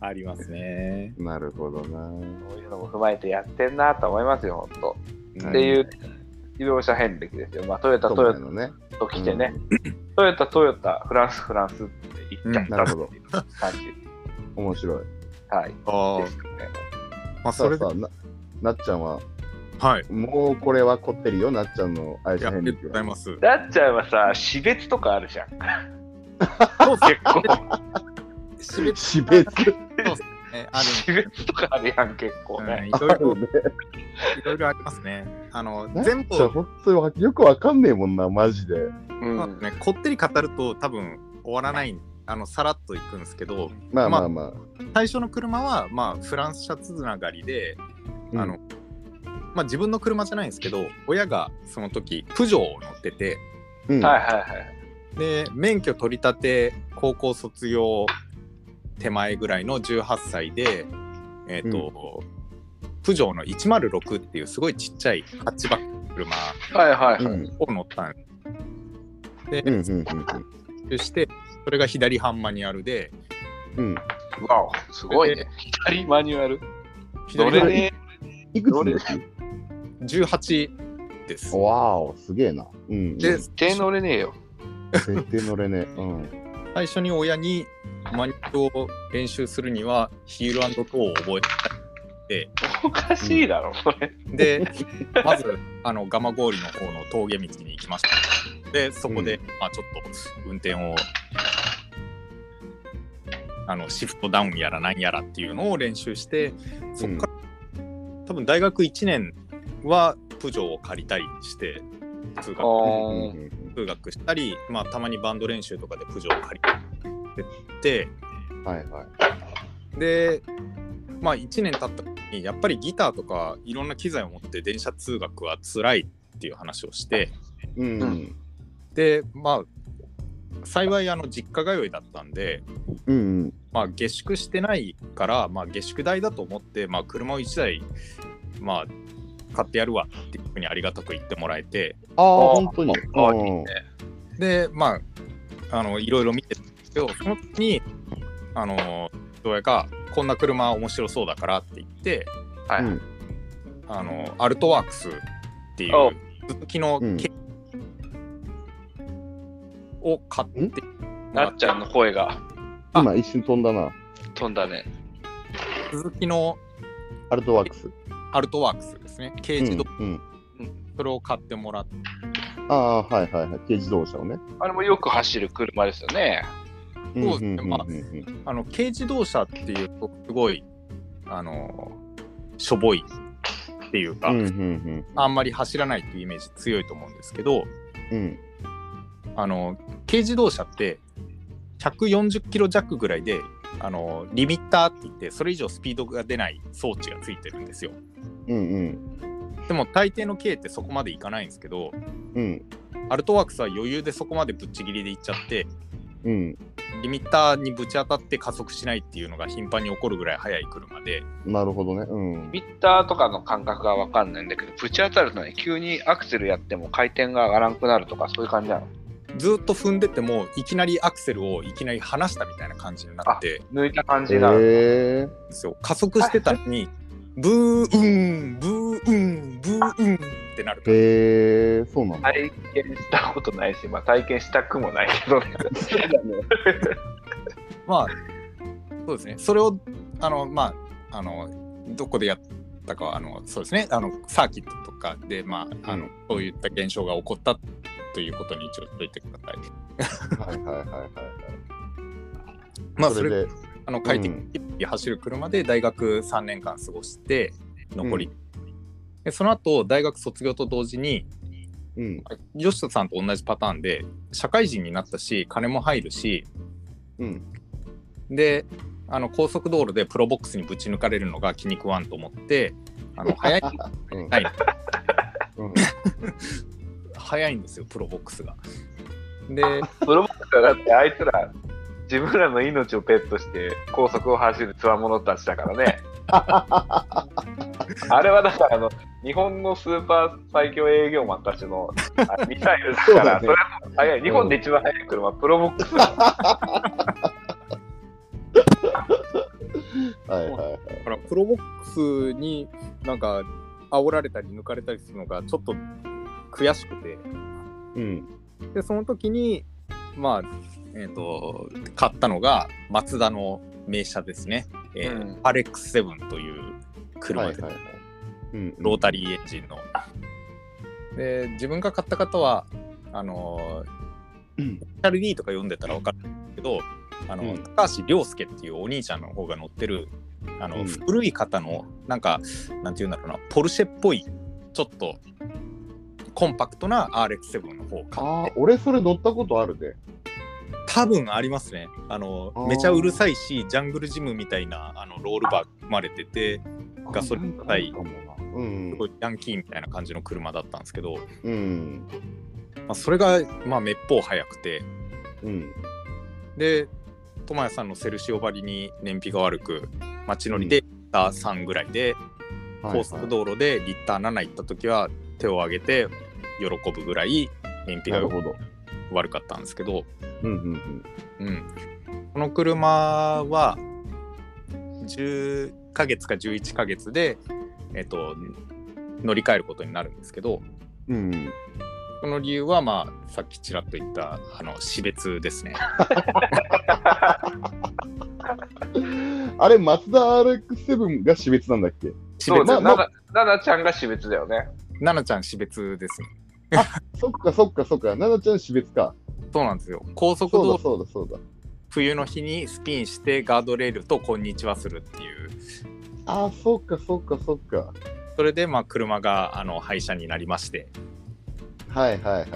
S3: ありますね。
S1: なるほどな。
S2: そういうのも踏まえてやってんなと思いますよ、ほんと。
S1: は
S2: っ
S1: い
S2: ていう自動車遍歴ですよ。まあ、トヨタ、トヨ
S1: 今回のね。
S2: タと来てね、トヨタ、トヨタ、フランス、フランスって言っちゃったっていう感じ。
S1: 面白い。
S2: はい。
S3: あ
S2: ですね
S3: まあ
S1: さ
S3: そ
S1: あ
S3: れで
S1: さあ、ななっちゃんは、
S3: はい。
S1: もうこれは凝ってるよ、なっちゃんの愛
S3: いや
S1: 車
S3: あ
S1: 遍
S3: りがと
S1: 歴
S3: うござい
S1: は。
S3: ます。
S2: だっちゃんはさ、死別とかあるじゃん。結 構、
S3: し べ
S1: しべつく
S3: ね、ある
S2: 死別とかあるやん、結構
S3: うん
S2: ね。
S3: いろい
S1: あ
S3: ろ
S1: るね。
S3: いろいろありますね。あの
S1: なっちゃ
S3: 全
S1: ん
S3: 部を
S1: 本当によくわかんねえもんな、マジで。
S2: う
S3: まあ
S2: ん。
S3: ね、こってり語ると多分終わらないあのさらっといくんですけど
S1: まあま
S3: まあ
S1: あまあ。
S3: 最初の車は、まあ、フランス車つながりで、
S1: うん
S3: あのまあ、自分の車じゃないんですけど親がその時プジョーを乗ってて
S1: うん
S2: はいはいはい。
S3: で免許取り立て高校卒業手前ぐらいの18歳で、えーとプジョーの106っていうすごいちっちゃいハッチバックの車
S2: はいはい
S1: うん
S2: はい。
S3: を乗ったんで
S1: うんうん
S3: でしてそれが左半マニュアルで
S1: うんうん。
S2: わお、すごいね。左マニュアル。ど
S3: 左
S2: れ
S3: 半
S2: で、
S1: いくつの時
S3: 18です。
S1: わお、すげえな。うん。
S3: で
S1: 絶
S2: 手乗れねえよ。
S1: 対乗れねえ。うん。
S3: 最初に親にマニュアルを練習するにはヒールトーを覚え
S2: おかしいだろ、それ。
S3: てで まずあの蒲郡の方の峠道に行きましたでそこで、まあ、ちょっと運転をあのシフトダウンやらなんやらっていうのを練習して そこから、多分大学1年はプジョーを借りたりして通
S2: あ
S3: 学
S2: ー
S3: 通学したり、まあ、たまにバンド練習とかでプジョーを借りてって
S1: はいはい。
S3: で、まあ、1年経った時にやっぱりギターとかいろんな機材を持って電車通学は辛いっていう話をして
S1: うん。
S4: うん
S3: でまあ幸いあの実家通いだったんで、
S1: うん。
S3: まあ、下宿してないから、まあ、下宿代だと思って、まあ、車を1台、まあ、買ってやるわっていうふうにありがたく言ってもらえて
S1: ああ、
S2: あー
S1: 本当に。
S2: あー
S1: うん
S2: いいね
S3: でまああのいろいろ見てたんですけどその時にあのどうやかこんな車面白そうだからって言って
S2: はい
S1: うん
S3: あのアルトワークスってい
S2: お
S3: う鈴木の
S1: うん
S3: ケを買ってもら
S2: な
S3: っ
S2: っちゃんの声が
S3: あ
S1: 今一瞬飛んだな。
S2: 飛んだね。
S3: た鈴木の
S1: アルトワークス。
S3: アルトワークスですね軽
S1: うん
S3: 自動
S1: うん。
S3: それを買ってもらって
S1: ああ、はいはいはい。軽自動車をね。
S2: あれもよく走る車ですよね。
S1: うん
S3: そうです
S1: ん
S3: ねまあ
S1: んん
S3: あの軽自動車っていうとすごいあのしょぼいっていうか、
S1: うんうん
S3: あんまり走らないっていうイメージ強いと思うんですけど
S1: うんうん。
S3: あの軽自動車って140キロ弱ぐらいであのリミッターって言ってそれ以上スピードが出ない装置がついてるんですよ
S1: うんうん
S3: でも大抵の軽ってそこまでいかないんですけど
S1: うん
S3: アルトワークスは余裕でそこまでぶっちぎりでいっちゃって
S1: うん
S3: リミッターにぶち当たって加速しないっていうのが頻繁に起こるぐらい速い車で
S1: なるほどね。うん。
S2: ビッターとかの感覚がわかんないんだけど、ぶち当たるとね、急にアクセルやっても回転が上がらなくなるとか、そういう感じなの。
S3: ずーっと踏んでてもいきなりアクセルをいきなり離したみたいな感じになって
S2: 抜いた感じなの。
S1: へえ。
S3: ですよ加速してたのにブーンブーンブーンってなる
S1: へえ、そうなんだ。
S2: 体験したことないし、まあ、体験したくもないけどね。
S3: まあそうですねそれをあのまああのどこでやったかはあのそうですねあのサーキットとかでまあ あの、
S1: う
S3: そういった現象が起こったということに一応しといてください。
S1: はいはいはいはいはい。
S3: まあそれ
S1: で。
S3: あの快適に走る車で大学3年間過ごして残り、
S1: う
S3: でその後大学卒業と同時に
S1: うん
S3: 吉田さんと同じパターンで社会人になったし金も入るし
S1: うん
S3: であの高速道路でプロボックスにぶち抜かれるのが気に食わんと思ってあの 早い
S1: うん
S3: はい
S1: うん。
S3: 早いんですよプロボックスが。で
S2: プロボクサーだって、あいつら、自分らの命をペットして、高速を走る強者たちだか らね。あれはだからあの、日本のスーパー最強営業マンたちのあミサイルだ
S1: そう
S2: か
S1: だ
S2: ら、
S1: ね
S2: それはもう早い。日本で一番速い車はプロボックス
S1: はいはいはい。
S3: だからプロボックスになんか煽られたり抜かれたりするのがちょっと悔しくて。
S1: うん。
S3: でその時にまあえっ、と買ったのがマツダの名車ですね、えー
S2: うん
S3: アレックス7という車
S1: は
S3: で
S1: い、はいはい。うん
S3: ロータリーエンジンの。で自分が買った方はあの
S1: う
S3: ー、
S1: ん
S3: オフィシャル D とか読んでたら分かるんですけどあの、
S1: うん
S3: 高橋涼介っていうお兄ちゃんの方が乗ってるあの、
S1: うん
S3: 古い方のなんかなんていうんだろうなポルシェっぽいちょっとコンパクトな RX7 の方を買って
S1: ああ、俺それ乗ったことあるで。
S3: 多分ありますねあの
S1: あー
S3: めちゃうるさいしジャングルジムみたいなあのロールバー生まれててガソリン
S1: は
S3: 高
S1: い
S3: い
S1: かもな。う
S3: す
S1: ん
S3: ごいヤンキーみたいな感じの車だったんですけど、ま
S1: うん。
S3: あ、それがまあめっぽう早くて
S1: うん。
S3: で友也さんのセルシオ張りに燃費が悪く街乗りでリッター3ぐらいで、高速道路でリッター7行った時は手を挙げて喜ぶぐらい燃費
S1: な
S3: が
S1: るほど。
S3: 悪かったんですけど
S1: うんうんうん。
S3: うん、この車は10ヶ月か11ヶ月で、えっと、乗り換えることになるんですけど
S1: うん、
S3: その理由は、まあ、さっきちらっと言ったあの死別ですね。
S1: あれ、マツダ RX7 が死別なんだっけ
S3: 死
S2: そう
S3: 別
S2: だ
S1: ま
S2: よ。
S1: あまあ
S2: ななななちゃんが私別だよね。
S3: 奈々ちゃん死別ですね。
S1: そっかそっかそっか、奈々ちゃん死別か。
S3: そうなんですよ。高速
S1: そ
S3: 道
S1: うだ
S3: 路
S1: そうだそうだ。
S3: 冬の日にスピンしてガードレールとこんにちはするっていう
S1: ああ、そっかそっかそっか。
S3: それでまあ車があの廃車になりまして
S1: はいはいはい。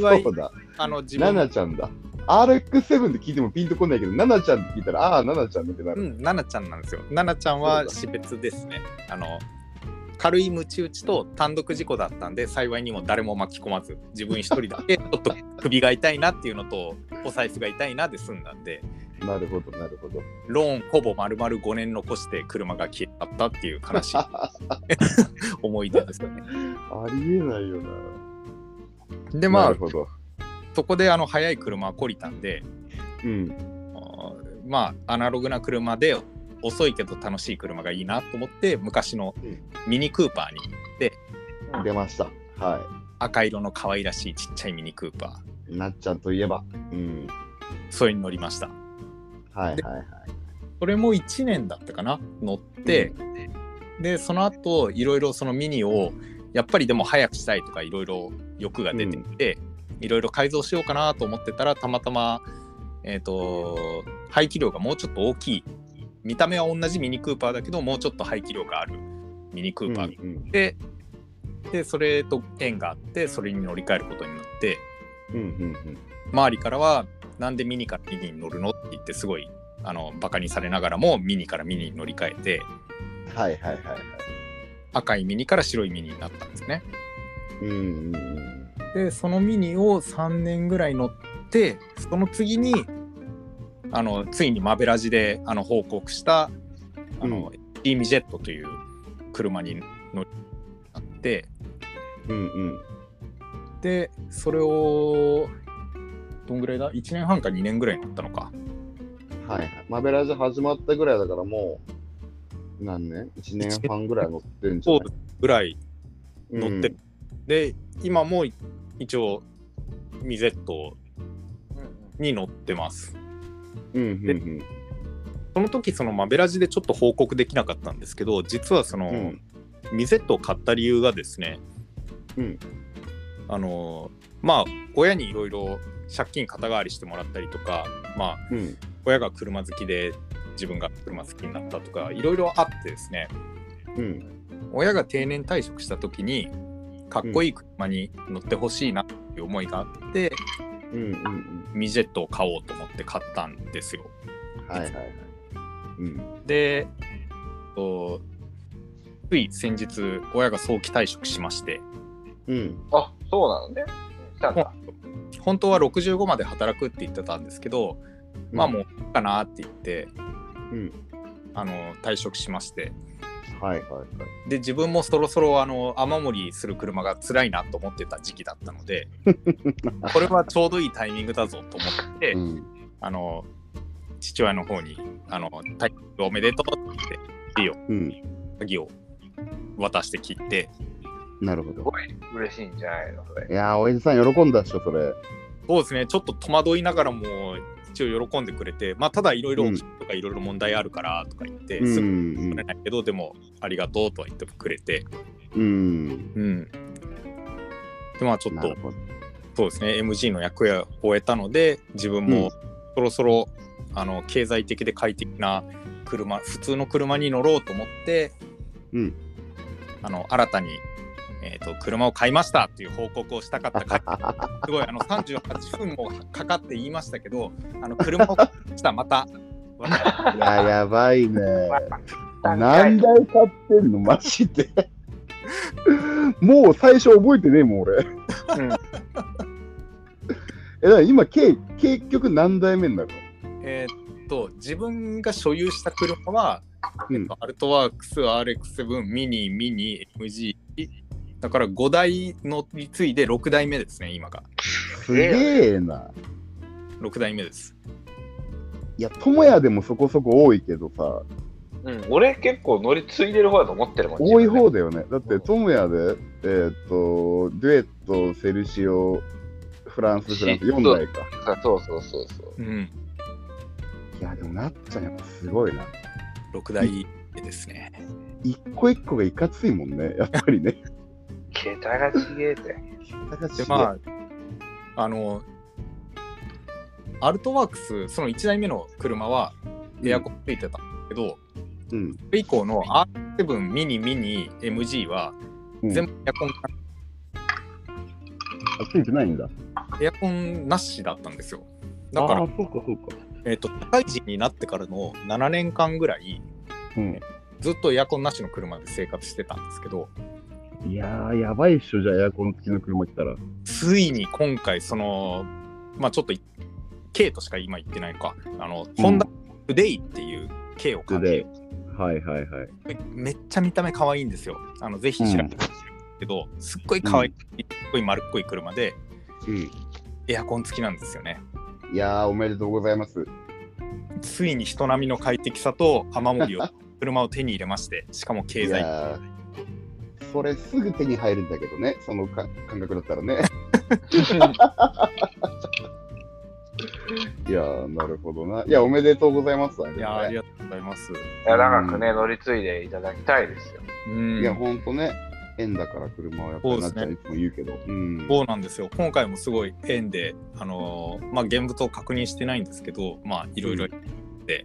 S3: 幸い
S1: そうだ。
S3: あの自
S1: ナ
S3: 分
S1: ナちゃんだ。RX7 で聞いてもピンとこないけど、ナナちゃんって聞いたら、ああ、ナナちゃんだってな
S3: う
S1: る。
S3: ん、ナナちゃんなんですよ。ナナちゃんは
S1: そ
S3: 死別ですね。あの軽いムチ打ちと単独事故だったんで幸いにも誰も巻き込まず自分一人だ けちょっと首が痛いなっていうのとお財布が痛いなで済んだんで
S1: なるほど、なるほど。
S3: ローンほぼ丸々5年残して車が消えちゃったっていう悲しい思い出ですよね。
S1: ありえないよな。
S3: でま
S1: な
S3: あ
S1: るほど。
S3: そこであの速い車は懲りたんで
S1: うん。
S3: あーまあアナログな車で遅いけど楽しい車がいいなと思って昔のミニクーパーに
S1: 出ました。は
S3: 赤色の可愛らしいちっちゃいミニクーパー
S1: い。なっちゃんといえば。うん。
S3: それに乗りました
S1: はいはいはい。
S3: それも1年だったかな乗って、でその後いろいろそのミニをやっぱりでも早くしたいとかいろいろ欲が出てきていろいろ改造しようかなと思ってたらたまたまえっ、と排気量がもうちょっと大きい見た目は同じミニクーパーだけどもうちょっと排気量があるミニクーパーが
S1: うん
S3: ででそれと縁があってそれに乗り換えることになって
S1: うんうんうん
S3: 周りからは「なんでミニからミニに乗るの?」って言ってすごいあのバカにされながらもミニからミニに乗り換えて
S1: うん。はいはいはいはい。
S3: 赤いミニから白いミニになったんですね。
S1: うんうんうん。
S3: でそのミニを3年ぐらい乗ってその次にあのついにマベラジであの報告したあの、イーミジェットという車に乗り換えて
S1: うんうん。
S3: でそれをどんぐらいだ1年半か2年ぐらい乗ったのか
S1: はいはい。マベラジ始まったぐらいだからもう、何年 ?1 年半ぐらい乗ってるんじゃない
S3: ぐらい乗
S1: うん
S3: ってるで今もい一応ミゼットに乗ってます
S1: うんうん
S3: その時そのマベラジでちょっと報告できなかったんですけど実はその、
S1: うん。うん。
S3: ミゼットを買った理由がですね、
S1: うん
S3: あのまあ親にいろいろ借金肩代わりしてもらったりとかまあ
S1: うん。
S3: 親が車好きで自分が車好きになったとかいろいろあってですね
S1: うん。
S3: 親が定年退職した時にかっこいい車に乗ってほしいなっていう思いがあって、
S1: うんうん
S3: ミジェットを買おうと思って買ったんですよ。
S1: うん。はいはいはい。うん。
S3: で、とつい先日、親が早期退職しまして、
S1: うん。
S2: あ、そうなのね。来たんだ。
S3: 本当は65まで働くって言ってたんですけど、まあもういいかなって言って、
S1: うん
S3: あの退職しまして、
S1: はいはいはい。
S3: で、自分もそろそろあの雨漏りする車が辛いなと思ってた時期だったの で、これはちょうどいいタイミングだぞと思って、
S1: ん。
S3: あの父親の方にあの退職おめでとうって
S1: うん。
S3: 鍵を渡して切って
S1: なるほ
S2: す
S1: ど。
S2: ごい嬉しいんじゃないのそれ
S1: い。やー、おやじさん喜んだっしょ、それ。
S3: そうですねちょっと戸惑いながらも一応喜んでくれてまあただいろいろ
S1: うん
S3: とかいろいろ問題あるからとか言って、
S1: う
S3: すぐ
S1: ん
S3: 取れ。ないけどでもありがとうとは言ってくれて
S1: うん。
S3: うんでまあちょっ
S1: な
S3: と
S1: るほど。
S3: そうですね MG の役割を終えたので自分もそろそろ、あの経済的で快適な車普通の車に乗ろうと思って、
S1: うん
S3: あの新たに、えー、と車を買いましたっていう報告をしたかったから すごいあの38分もかかって言いましたけどあの車を買いましたまた。
S1: いや、やばいね。
S2: 段
S1: 何
S2: 階
S1: 台買ってんの、 マジで。もう最初覚えてねえもん、俺。
S2: うん
S1: え、だから今、計、結局何台目になる
S3: えーっと自分が所有した車は、
S1: うん
S3: えっとアルトワークス RX7 ミニミニ MG だから5台乗り継いで6台目ですね今が
S1: のすげえな。
S3: 6台目です
S1: いや、友也でもそこそこ多いけどさ、
S2: うん、俺結構乗り継いでる方だと思ってるもん。
S1: 多い
S2: 自分
S1: 方だよね。だって、友也で、えーっと、デュエット、セルシオ、フランス、フランス、4台か。
S2: でさそうそうそうそう。
S3: うん
S1: いや、でもなっちゃん、やっぱすごいな。
S3: 6台目ですね
S1: 一個一個がいかついもんね、やっぱりね。
S2: 桁が違えて。
S1: 高橋
S3: でまああのアルトワークスその1台目の車はエアコンついてたけど、
S1: うん。
S3: それ以降の R7 ミニミニ MG は
S1: うん
S3: 全部エアコン,、
S1: あ、ついてないんだ。
S3: エアコンなしだったんですよだか
S1: あ
S3: ら、
S1: ーそうかそうか。
S3: えー、と社会人になってからの7年間ぐらい
S1: うん。
S3: ずっとエアコンなしの車で生活してたんですけど
S1: いやー、やばいっしょ、じゃあエアコン付きの車来たら。
S3: ついに今回そのまあちょっとい K としか今言ってないのかあの、ホンダトゥデイっていう K を買って
S1: で、はいはいはい。
S3: めっちゃ見た目可愛いんですよ。あのぜひ調べてほしいけど、すっごい可愛い、すっごい丸っこい車で、
S1: うん。
S3: エアコン付きなんですよね。
S1: いやー、おめでとうございます。
S3: ついに人並みの快適さ と雨漏りを、車を手に入れまして、しかも経
S1: い
S3: 済。
S1: やーそれすぐ手に入るんだけどね、そのか感覚だったらね。 いやー、なるほどな。いや、おめでとうございます。あれね
S3: いやーありがとうございます。
S2: いや長くね、乗り継いでいただきたいですよ。
S3: うん
S1: いや、ほんとね、縁だから車はやっぱりなっちゃういつも言うけど。うん。
S3: そうなんですよ。今回もすごい縁で、あのーまあ、現物を確認してないんですけど、まあ、いろいろで、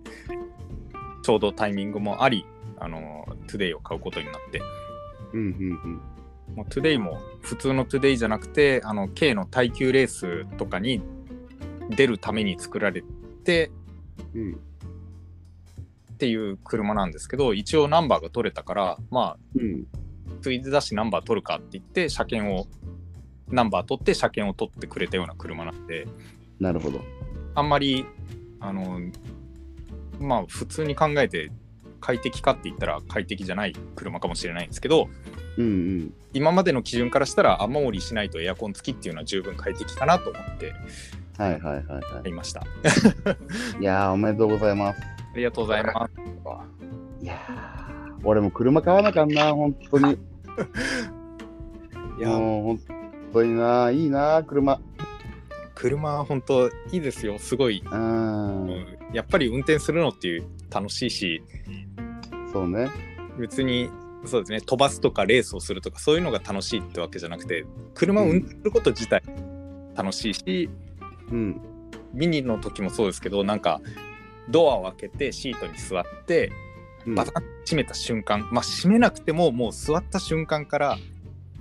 S3: ちょうどタイミングもあり、あのー、トゥデイを買うことになって、
S1: うんうん
S3: もうトゥデイも普通のトゥデイじゃなくてあの K の耐久レースとかに出るために作られて
S1: うん。うん
S3: っていう車なんですけど一応ナンバーが取れたからま
S1: うん。
S3: あツイズだしナンバー取るかって言って車検をナンバー取って車検を取ってくれたような車なんで
S1: なるほど。
S3: あんまりあのまあ普通に考えて快適かって言ったら快適じゃない車かもしれないんですけど
S1: うんうん。
S3: 今までの基準からしたら雨漏りしないとエアコン付きっていうのは十分快適かなと思って
S1: はいはいはいは
S3: 買いました。
S1: い。いやー、おめでとうございます。
S3: ありがとうございま
S1: いやー、俺も車買わなかんな、本当に。
S3: す。いや、
S1: もう本当にな、いいな、車。
S3: 車本当いいですよ。すごい、
S1: うん、
S3: やっぱり運転するのっていう楽しいし、
S1: そうね。
S3: 別にそうですね、飛ばすとかレースをするとかそういうのが楽しいってわけじゃなくて、車を運転すること自体楽しいし、
S1: うん、
S3: ミニの時もそうですけど、なんかドアを開けてシートに座って
S1: うん
S3: バタンと閉めた瞬間、まあ閉めなくてももう座った瞬間から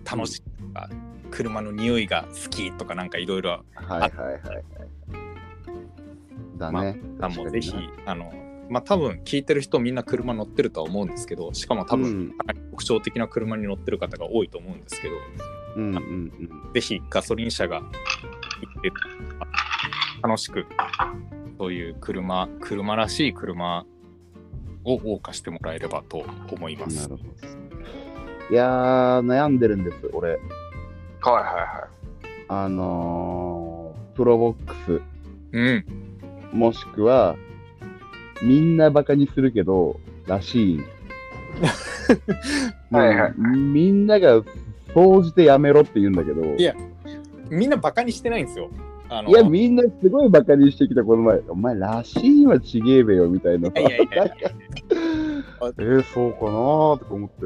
S3: 楽しいとか、車の匂いが好きとかなんかいろいろ
S1: はいはいはいはい。だね。
S3: さんもぜひ、あの、まあ、多分聞いてる人みんな車乗ってるとは思うんですけど、しかも多
S1: 多
S3: 分
S1: 分。
S3: かなり特徴的な車に乗ってる方が多いと思うんですけど、
S1: うん、うん、うん、
S3: ぜひガソリン車が行って楽しく、そういう車、車らしい車を謳歌してもらえればと思いま
S1: な
S3: す。
S1: るほど。いやー、悩んでるんです、俺。
S2: はいはいは
S1: あのー、プロボック
S3: うん。
S1: ス、もしくは、みんなバカにするけど、ら しい。
S2: はいはい
S1: みんなが、総じてやめろって言うんだけど。
S3: いやみんなバカにしてないんですよ。あの
S1: いや、みんなすごいバカにしてきた、この前。お前、らしいはちげえべよ、みたいな。
S3: いやいやいやいや
S1: えー、そうかなーとか思って。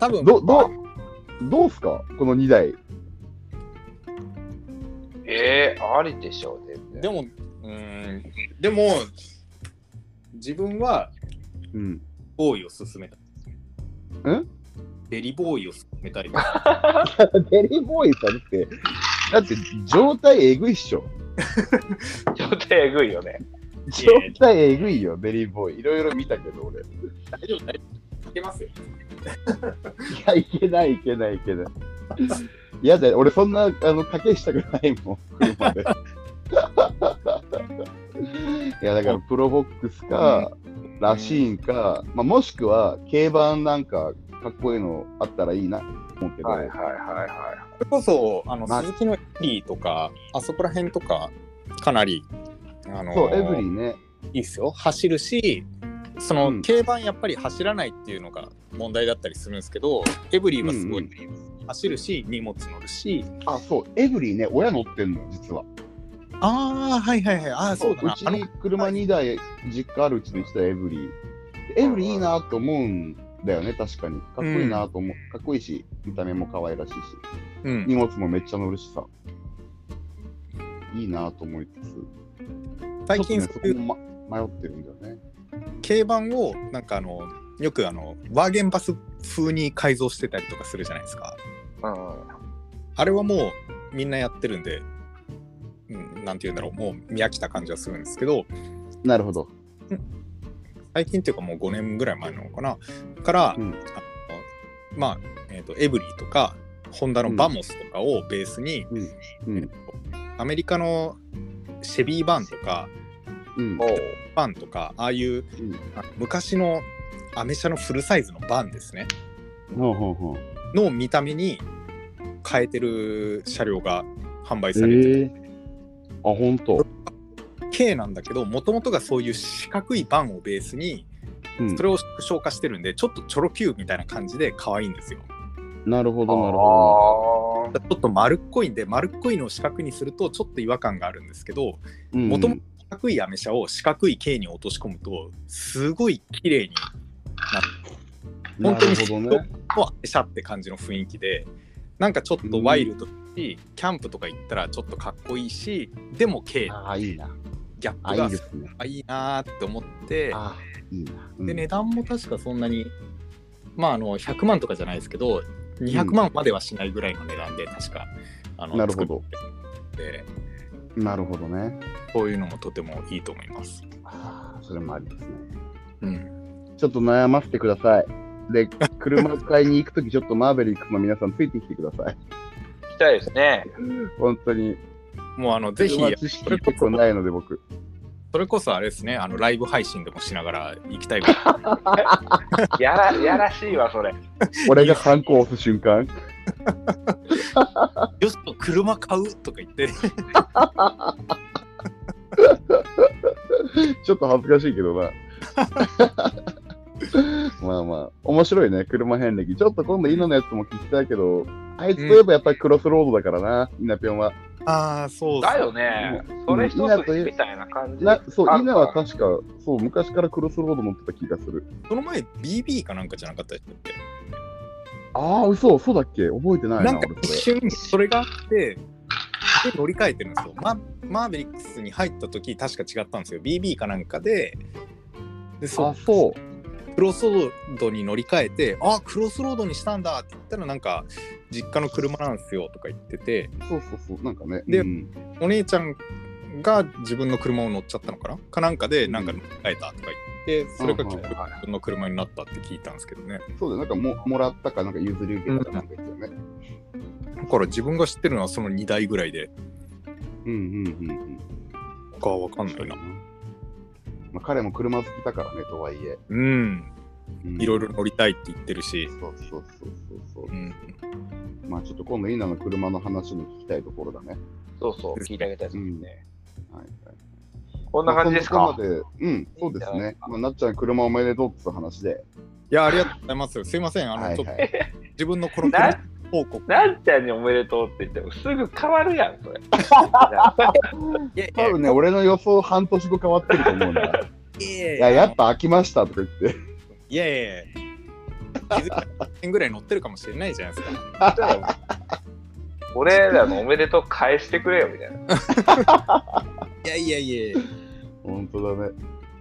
S3: 多分
S1: ど、ど、どうすかこの2台。
S2: い。えー、ありでしょう、全然
S3: でも、うん、でも、自分は
S1: うん。
S3: ボーイを勧めたい。
S1: ん
S3: デリボーイを勧めたい。
S1: デリボーイさんって、だって、状態えぐいっしょ。
S2: ちょっとえぐいよね。
S1: 状態えぐいよ、デリボーイ。いろいろ見たけど、俺。い
S3: 大丈夫、大丈夫。いけますよ。
S1: や、いけない、いけない、いけない。いやだよ、俺そんな、あの、賭けしたくないもん、車 で。いや、だから、プロボックスか、らしいんか、まあ、もしくは、競馬なんか、かっこいいのあったらいいな、思うけど。
S2: はいはいはいはい。
S3: それこそ、あの、
S1: まあ
S3: 鈴木のエブリーとか、あそこら辺とか、かなり、あの
S1: そう、エブリーね。
S3: いいっすよ。走るし、その、
S1: うん
S3: 競馬やっぱり走らないっていうのが問題だったりするんですけど、エブリーはすごい、
S1: うん
S3: 走るし、荷物乗るし、
S1: あ、そう、エブリーね、親乗ってんの、実は。
S3: ああ、はいはいはい、ああ、そうだな。
S1: ち
S3: あの
S1: に車2台、実家あるうちの1台、エブリー。でエブリーいいなと思うんだよね、確かに。かっこいいなと思う。かっこいいし、見た目も可愛らしいし、
S3: うん
S1: 荷物もめっちゃ乗るしさ。いいなと思いつつ。
S3: 最近
S1: ちょっ
S3: そ
S1: と
S3: う
S1: ね
S3: い
S1: そうこも、ま、迷ってるんだよね。
S3: 軽バンをなんかあのよくあのワーゲンバス風に改造してたりとかするじゃないですか
S2: うん。
S3: あれはもうみんなやってるんで、うん、なんて言うんだろうもう見飽きた感じはするんですけど
S1: なるほど。
S3: 最近っていうかもう5年ぐらい前なのかなから、
S1: うん
S3: あのまあ、えー、とエブリーとかホンダのバモスとかをベースに、
S1: うん。
S3: アメリカのシェビーバンとか
S1: うん
S2: お。う
S3: バンとかああいう
S1: うん
S3: あ昔のアメ車のフルサイズのバンですね
S1: ほうほうほう。
S3: の見た目に変えてる車両が販売
S1: ええ
S3: されてる、
S1: あ、ほんと。
S3: K なんだけどもともとがそういう四角いバンをベースに
S1: うん
S3: それを縮小化してるんでちょっとチョロ Q みたいな感じで可愛いんですよ
S1: なるほど、なるほ
S2: あ
S3: ちょっと丸っこいんで丸っこいのを四角にするとちょっと違和感があるんですけど
S1: ど。うん
S3: もともと四角いアメ車を四角い K に落とし込むとすごい綺麗に
S1: なるほどね。
S3: もうアメ車って感じの雰囲気でなんかちょっとワイルドだし、キャンプとか行ったらちょっとかっこいいしでも K
S1: ああ、いいな。
S3: ギャッ
S1: あ
S3: プ
S1: いい
S3: が
S1: ですね。
S3: あいいなーって思って
S1: あいいな。うん
S3: で値段も確かそんなにまああの100万とかじゃないですけど200万まではしないぐらいの値段で確かあの
S1: なるほど
S3: 作ってるんで
S1: なるほどね。
S3: そういうのもとてもいいと思います。
S1: ああ、それもありですね。
S3: うん、
S1: ちょっと悩ませてください。で、車を買いに行くとき、ちょっとマーベリックの皆さんついてきてください。
S2: あ、行きたいですね。
S1: 本当に。
S3: もうあのぜひ
S1: 車知識結構ないので、僕。
S3: それこそあれですねあのライブ配信でもしながら行きたいぐらい
S2: やら、やらしいわ、それ。
S1: 俺がハンコを押す瞬間。
S3: よし車買うとか言って
S1: ちょっと恥ずかしいけど な。まあまあ、面白いね、車遍歴。ちょっと今度、イノのやつも聞きたいけど、あいつといえばやっぱりクロスロードだからな、イナピョンは。
S3: ああそう
S2: だよね。それ一つみたいな感じ。
S1: なそう、
S2: あ
S1: イナは確か、そう、昔からクロスロード乗ってた気がする。
S3: その前 BB かなんかじゃなかったでしたっけ
S1: ああ、嘘、そうだっけ覚えてないな、
S3: なんか
S1: 俺
S3: 一
S1: そ
S3: 瞬それがあってで乗り換えてるんですよママーベリックスに入った時確か違ったんですよ BB かなんかでで
S1: れ。
S3: そ
S1: あ、
S3: う
S1: そう。
S3: クロスロードに乗り換えてあクロスロードにしたんだって言ったらなんか実家の車なんですよとか言ってて
S1: そうそうそう、なんかね。
S3: で
S1: うん
S3: お姉ちゃんが自分の車を乗っちゃったのかなかなんかでなんか乗り換えたとか言ってそれが結局
S1: うんうん
S3: 自分の車になったって聞いたんですけどね
S1: そうだよ、なんかももらったか、なんか譲り受けたかなんかですよね。
S3: だから自分が知ってるのはその2台ぐらいで
S1: うんうんうんうん。
S3: 他は分かんないな
S1: まあ、彼も車好きだからね、とはいえ。
S3: うん
S1: うん
S3: いろいろ乗りたいって言ってるし
S1: そうそうそうそうそう
S3: う。ん
S1: まあちょっと今度インナの車の話も聞きたいところだね。
S2: そうそう、聞いてあげたいですね。
S1: はいはい。
S2: こんな感じです
S1: まあ
S2: か
S1: そん。なこんなでうん、そうです
S2: いいんじゃな
S1: ね。まあ、なっちゃん車おめでとうって話で。
S3: いや、ありがとうございます。すいません。あの、
S1: はい
S3: ちょっと
S1: はい。
S3: 自分のこの
S2: な
S3: 車報告。
S2: なんちゃんにおめでとうって言ってもすぐ変わるやん、それ。
S3: いやい
S1: 多分ね、俺の予想半年後変わってると思うん だ。いや、やっぱ飽きましたとか言って。
S3: いやいやいや。気づいたら1年ぐらい乗ってるかもしれないじゃないですか。
S2: 俺らのおめでとう返してくれよ、みたいな。
S3: いやいやいや。
S1: 本当だね。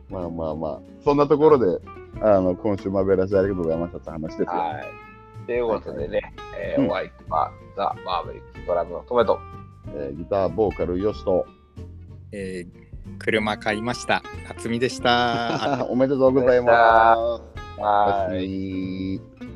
S1: まあまあまあ。そんなところで、あの、今週マベラシありがとうございましたって話ですよ。
S2: はい。ということでね、え
S1: う
S2: ー、
S1: ん
S2: お相手は、ザ・マーヴェリック・ドラムのトメト。
S1: えーギター、ボーカル、よしと。
S3: えー車買いました。夏美でした。
S1: おめでとうございます。おや
S2: は
S1: す
S2: い。
S1: み。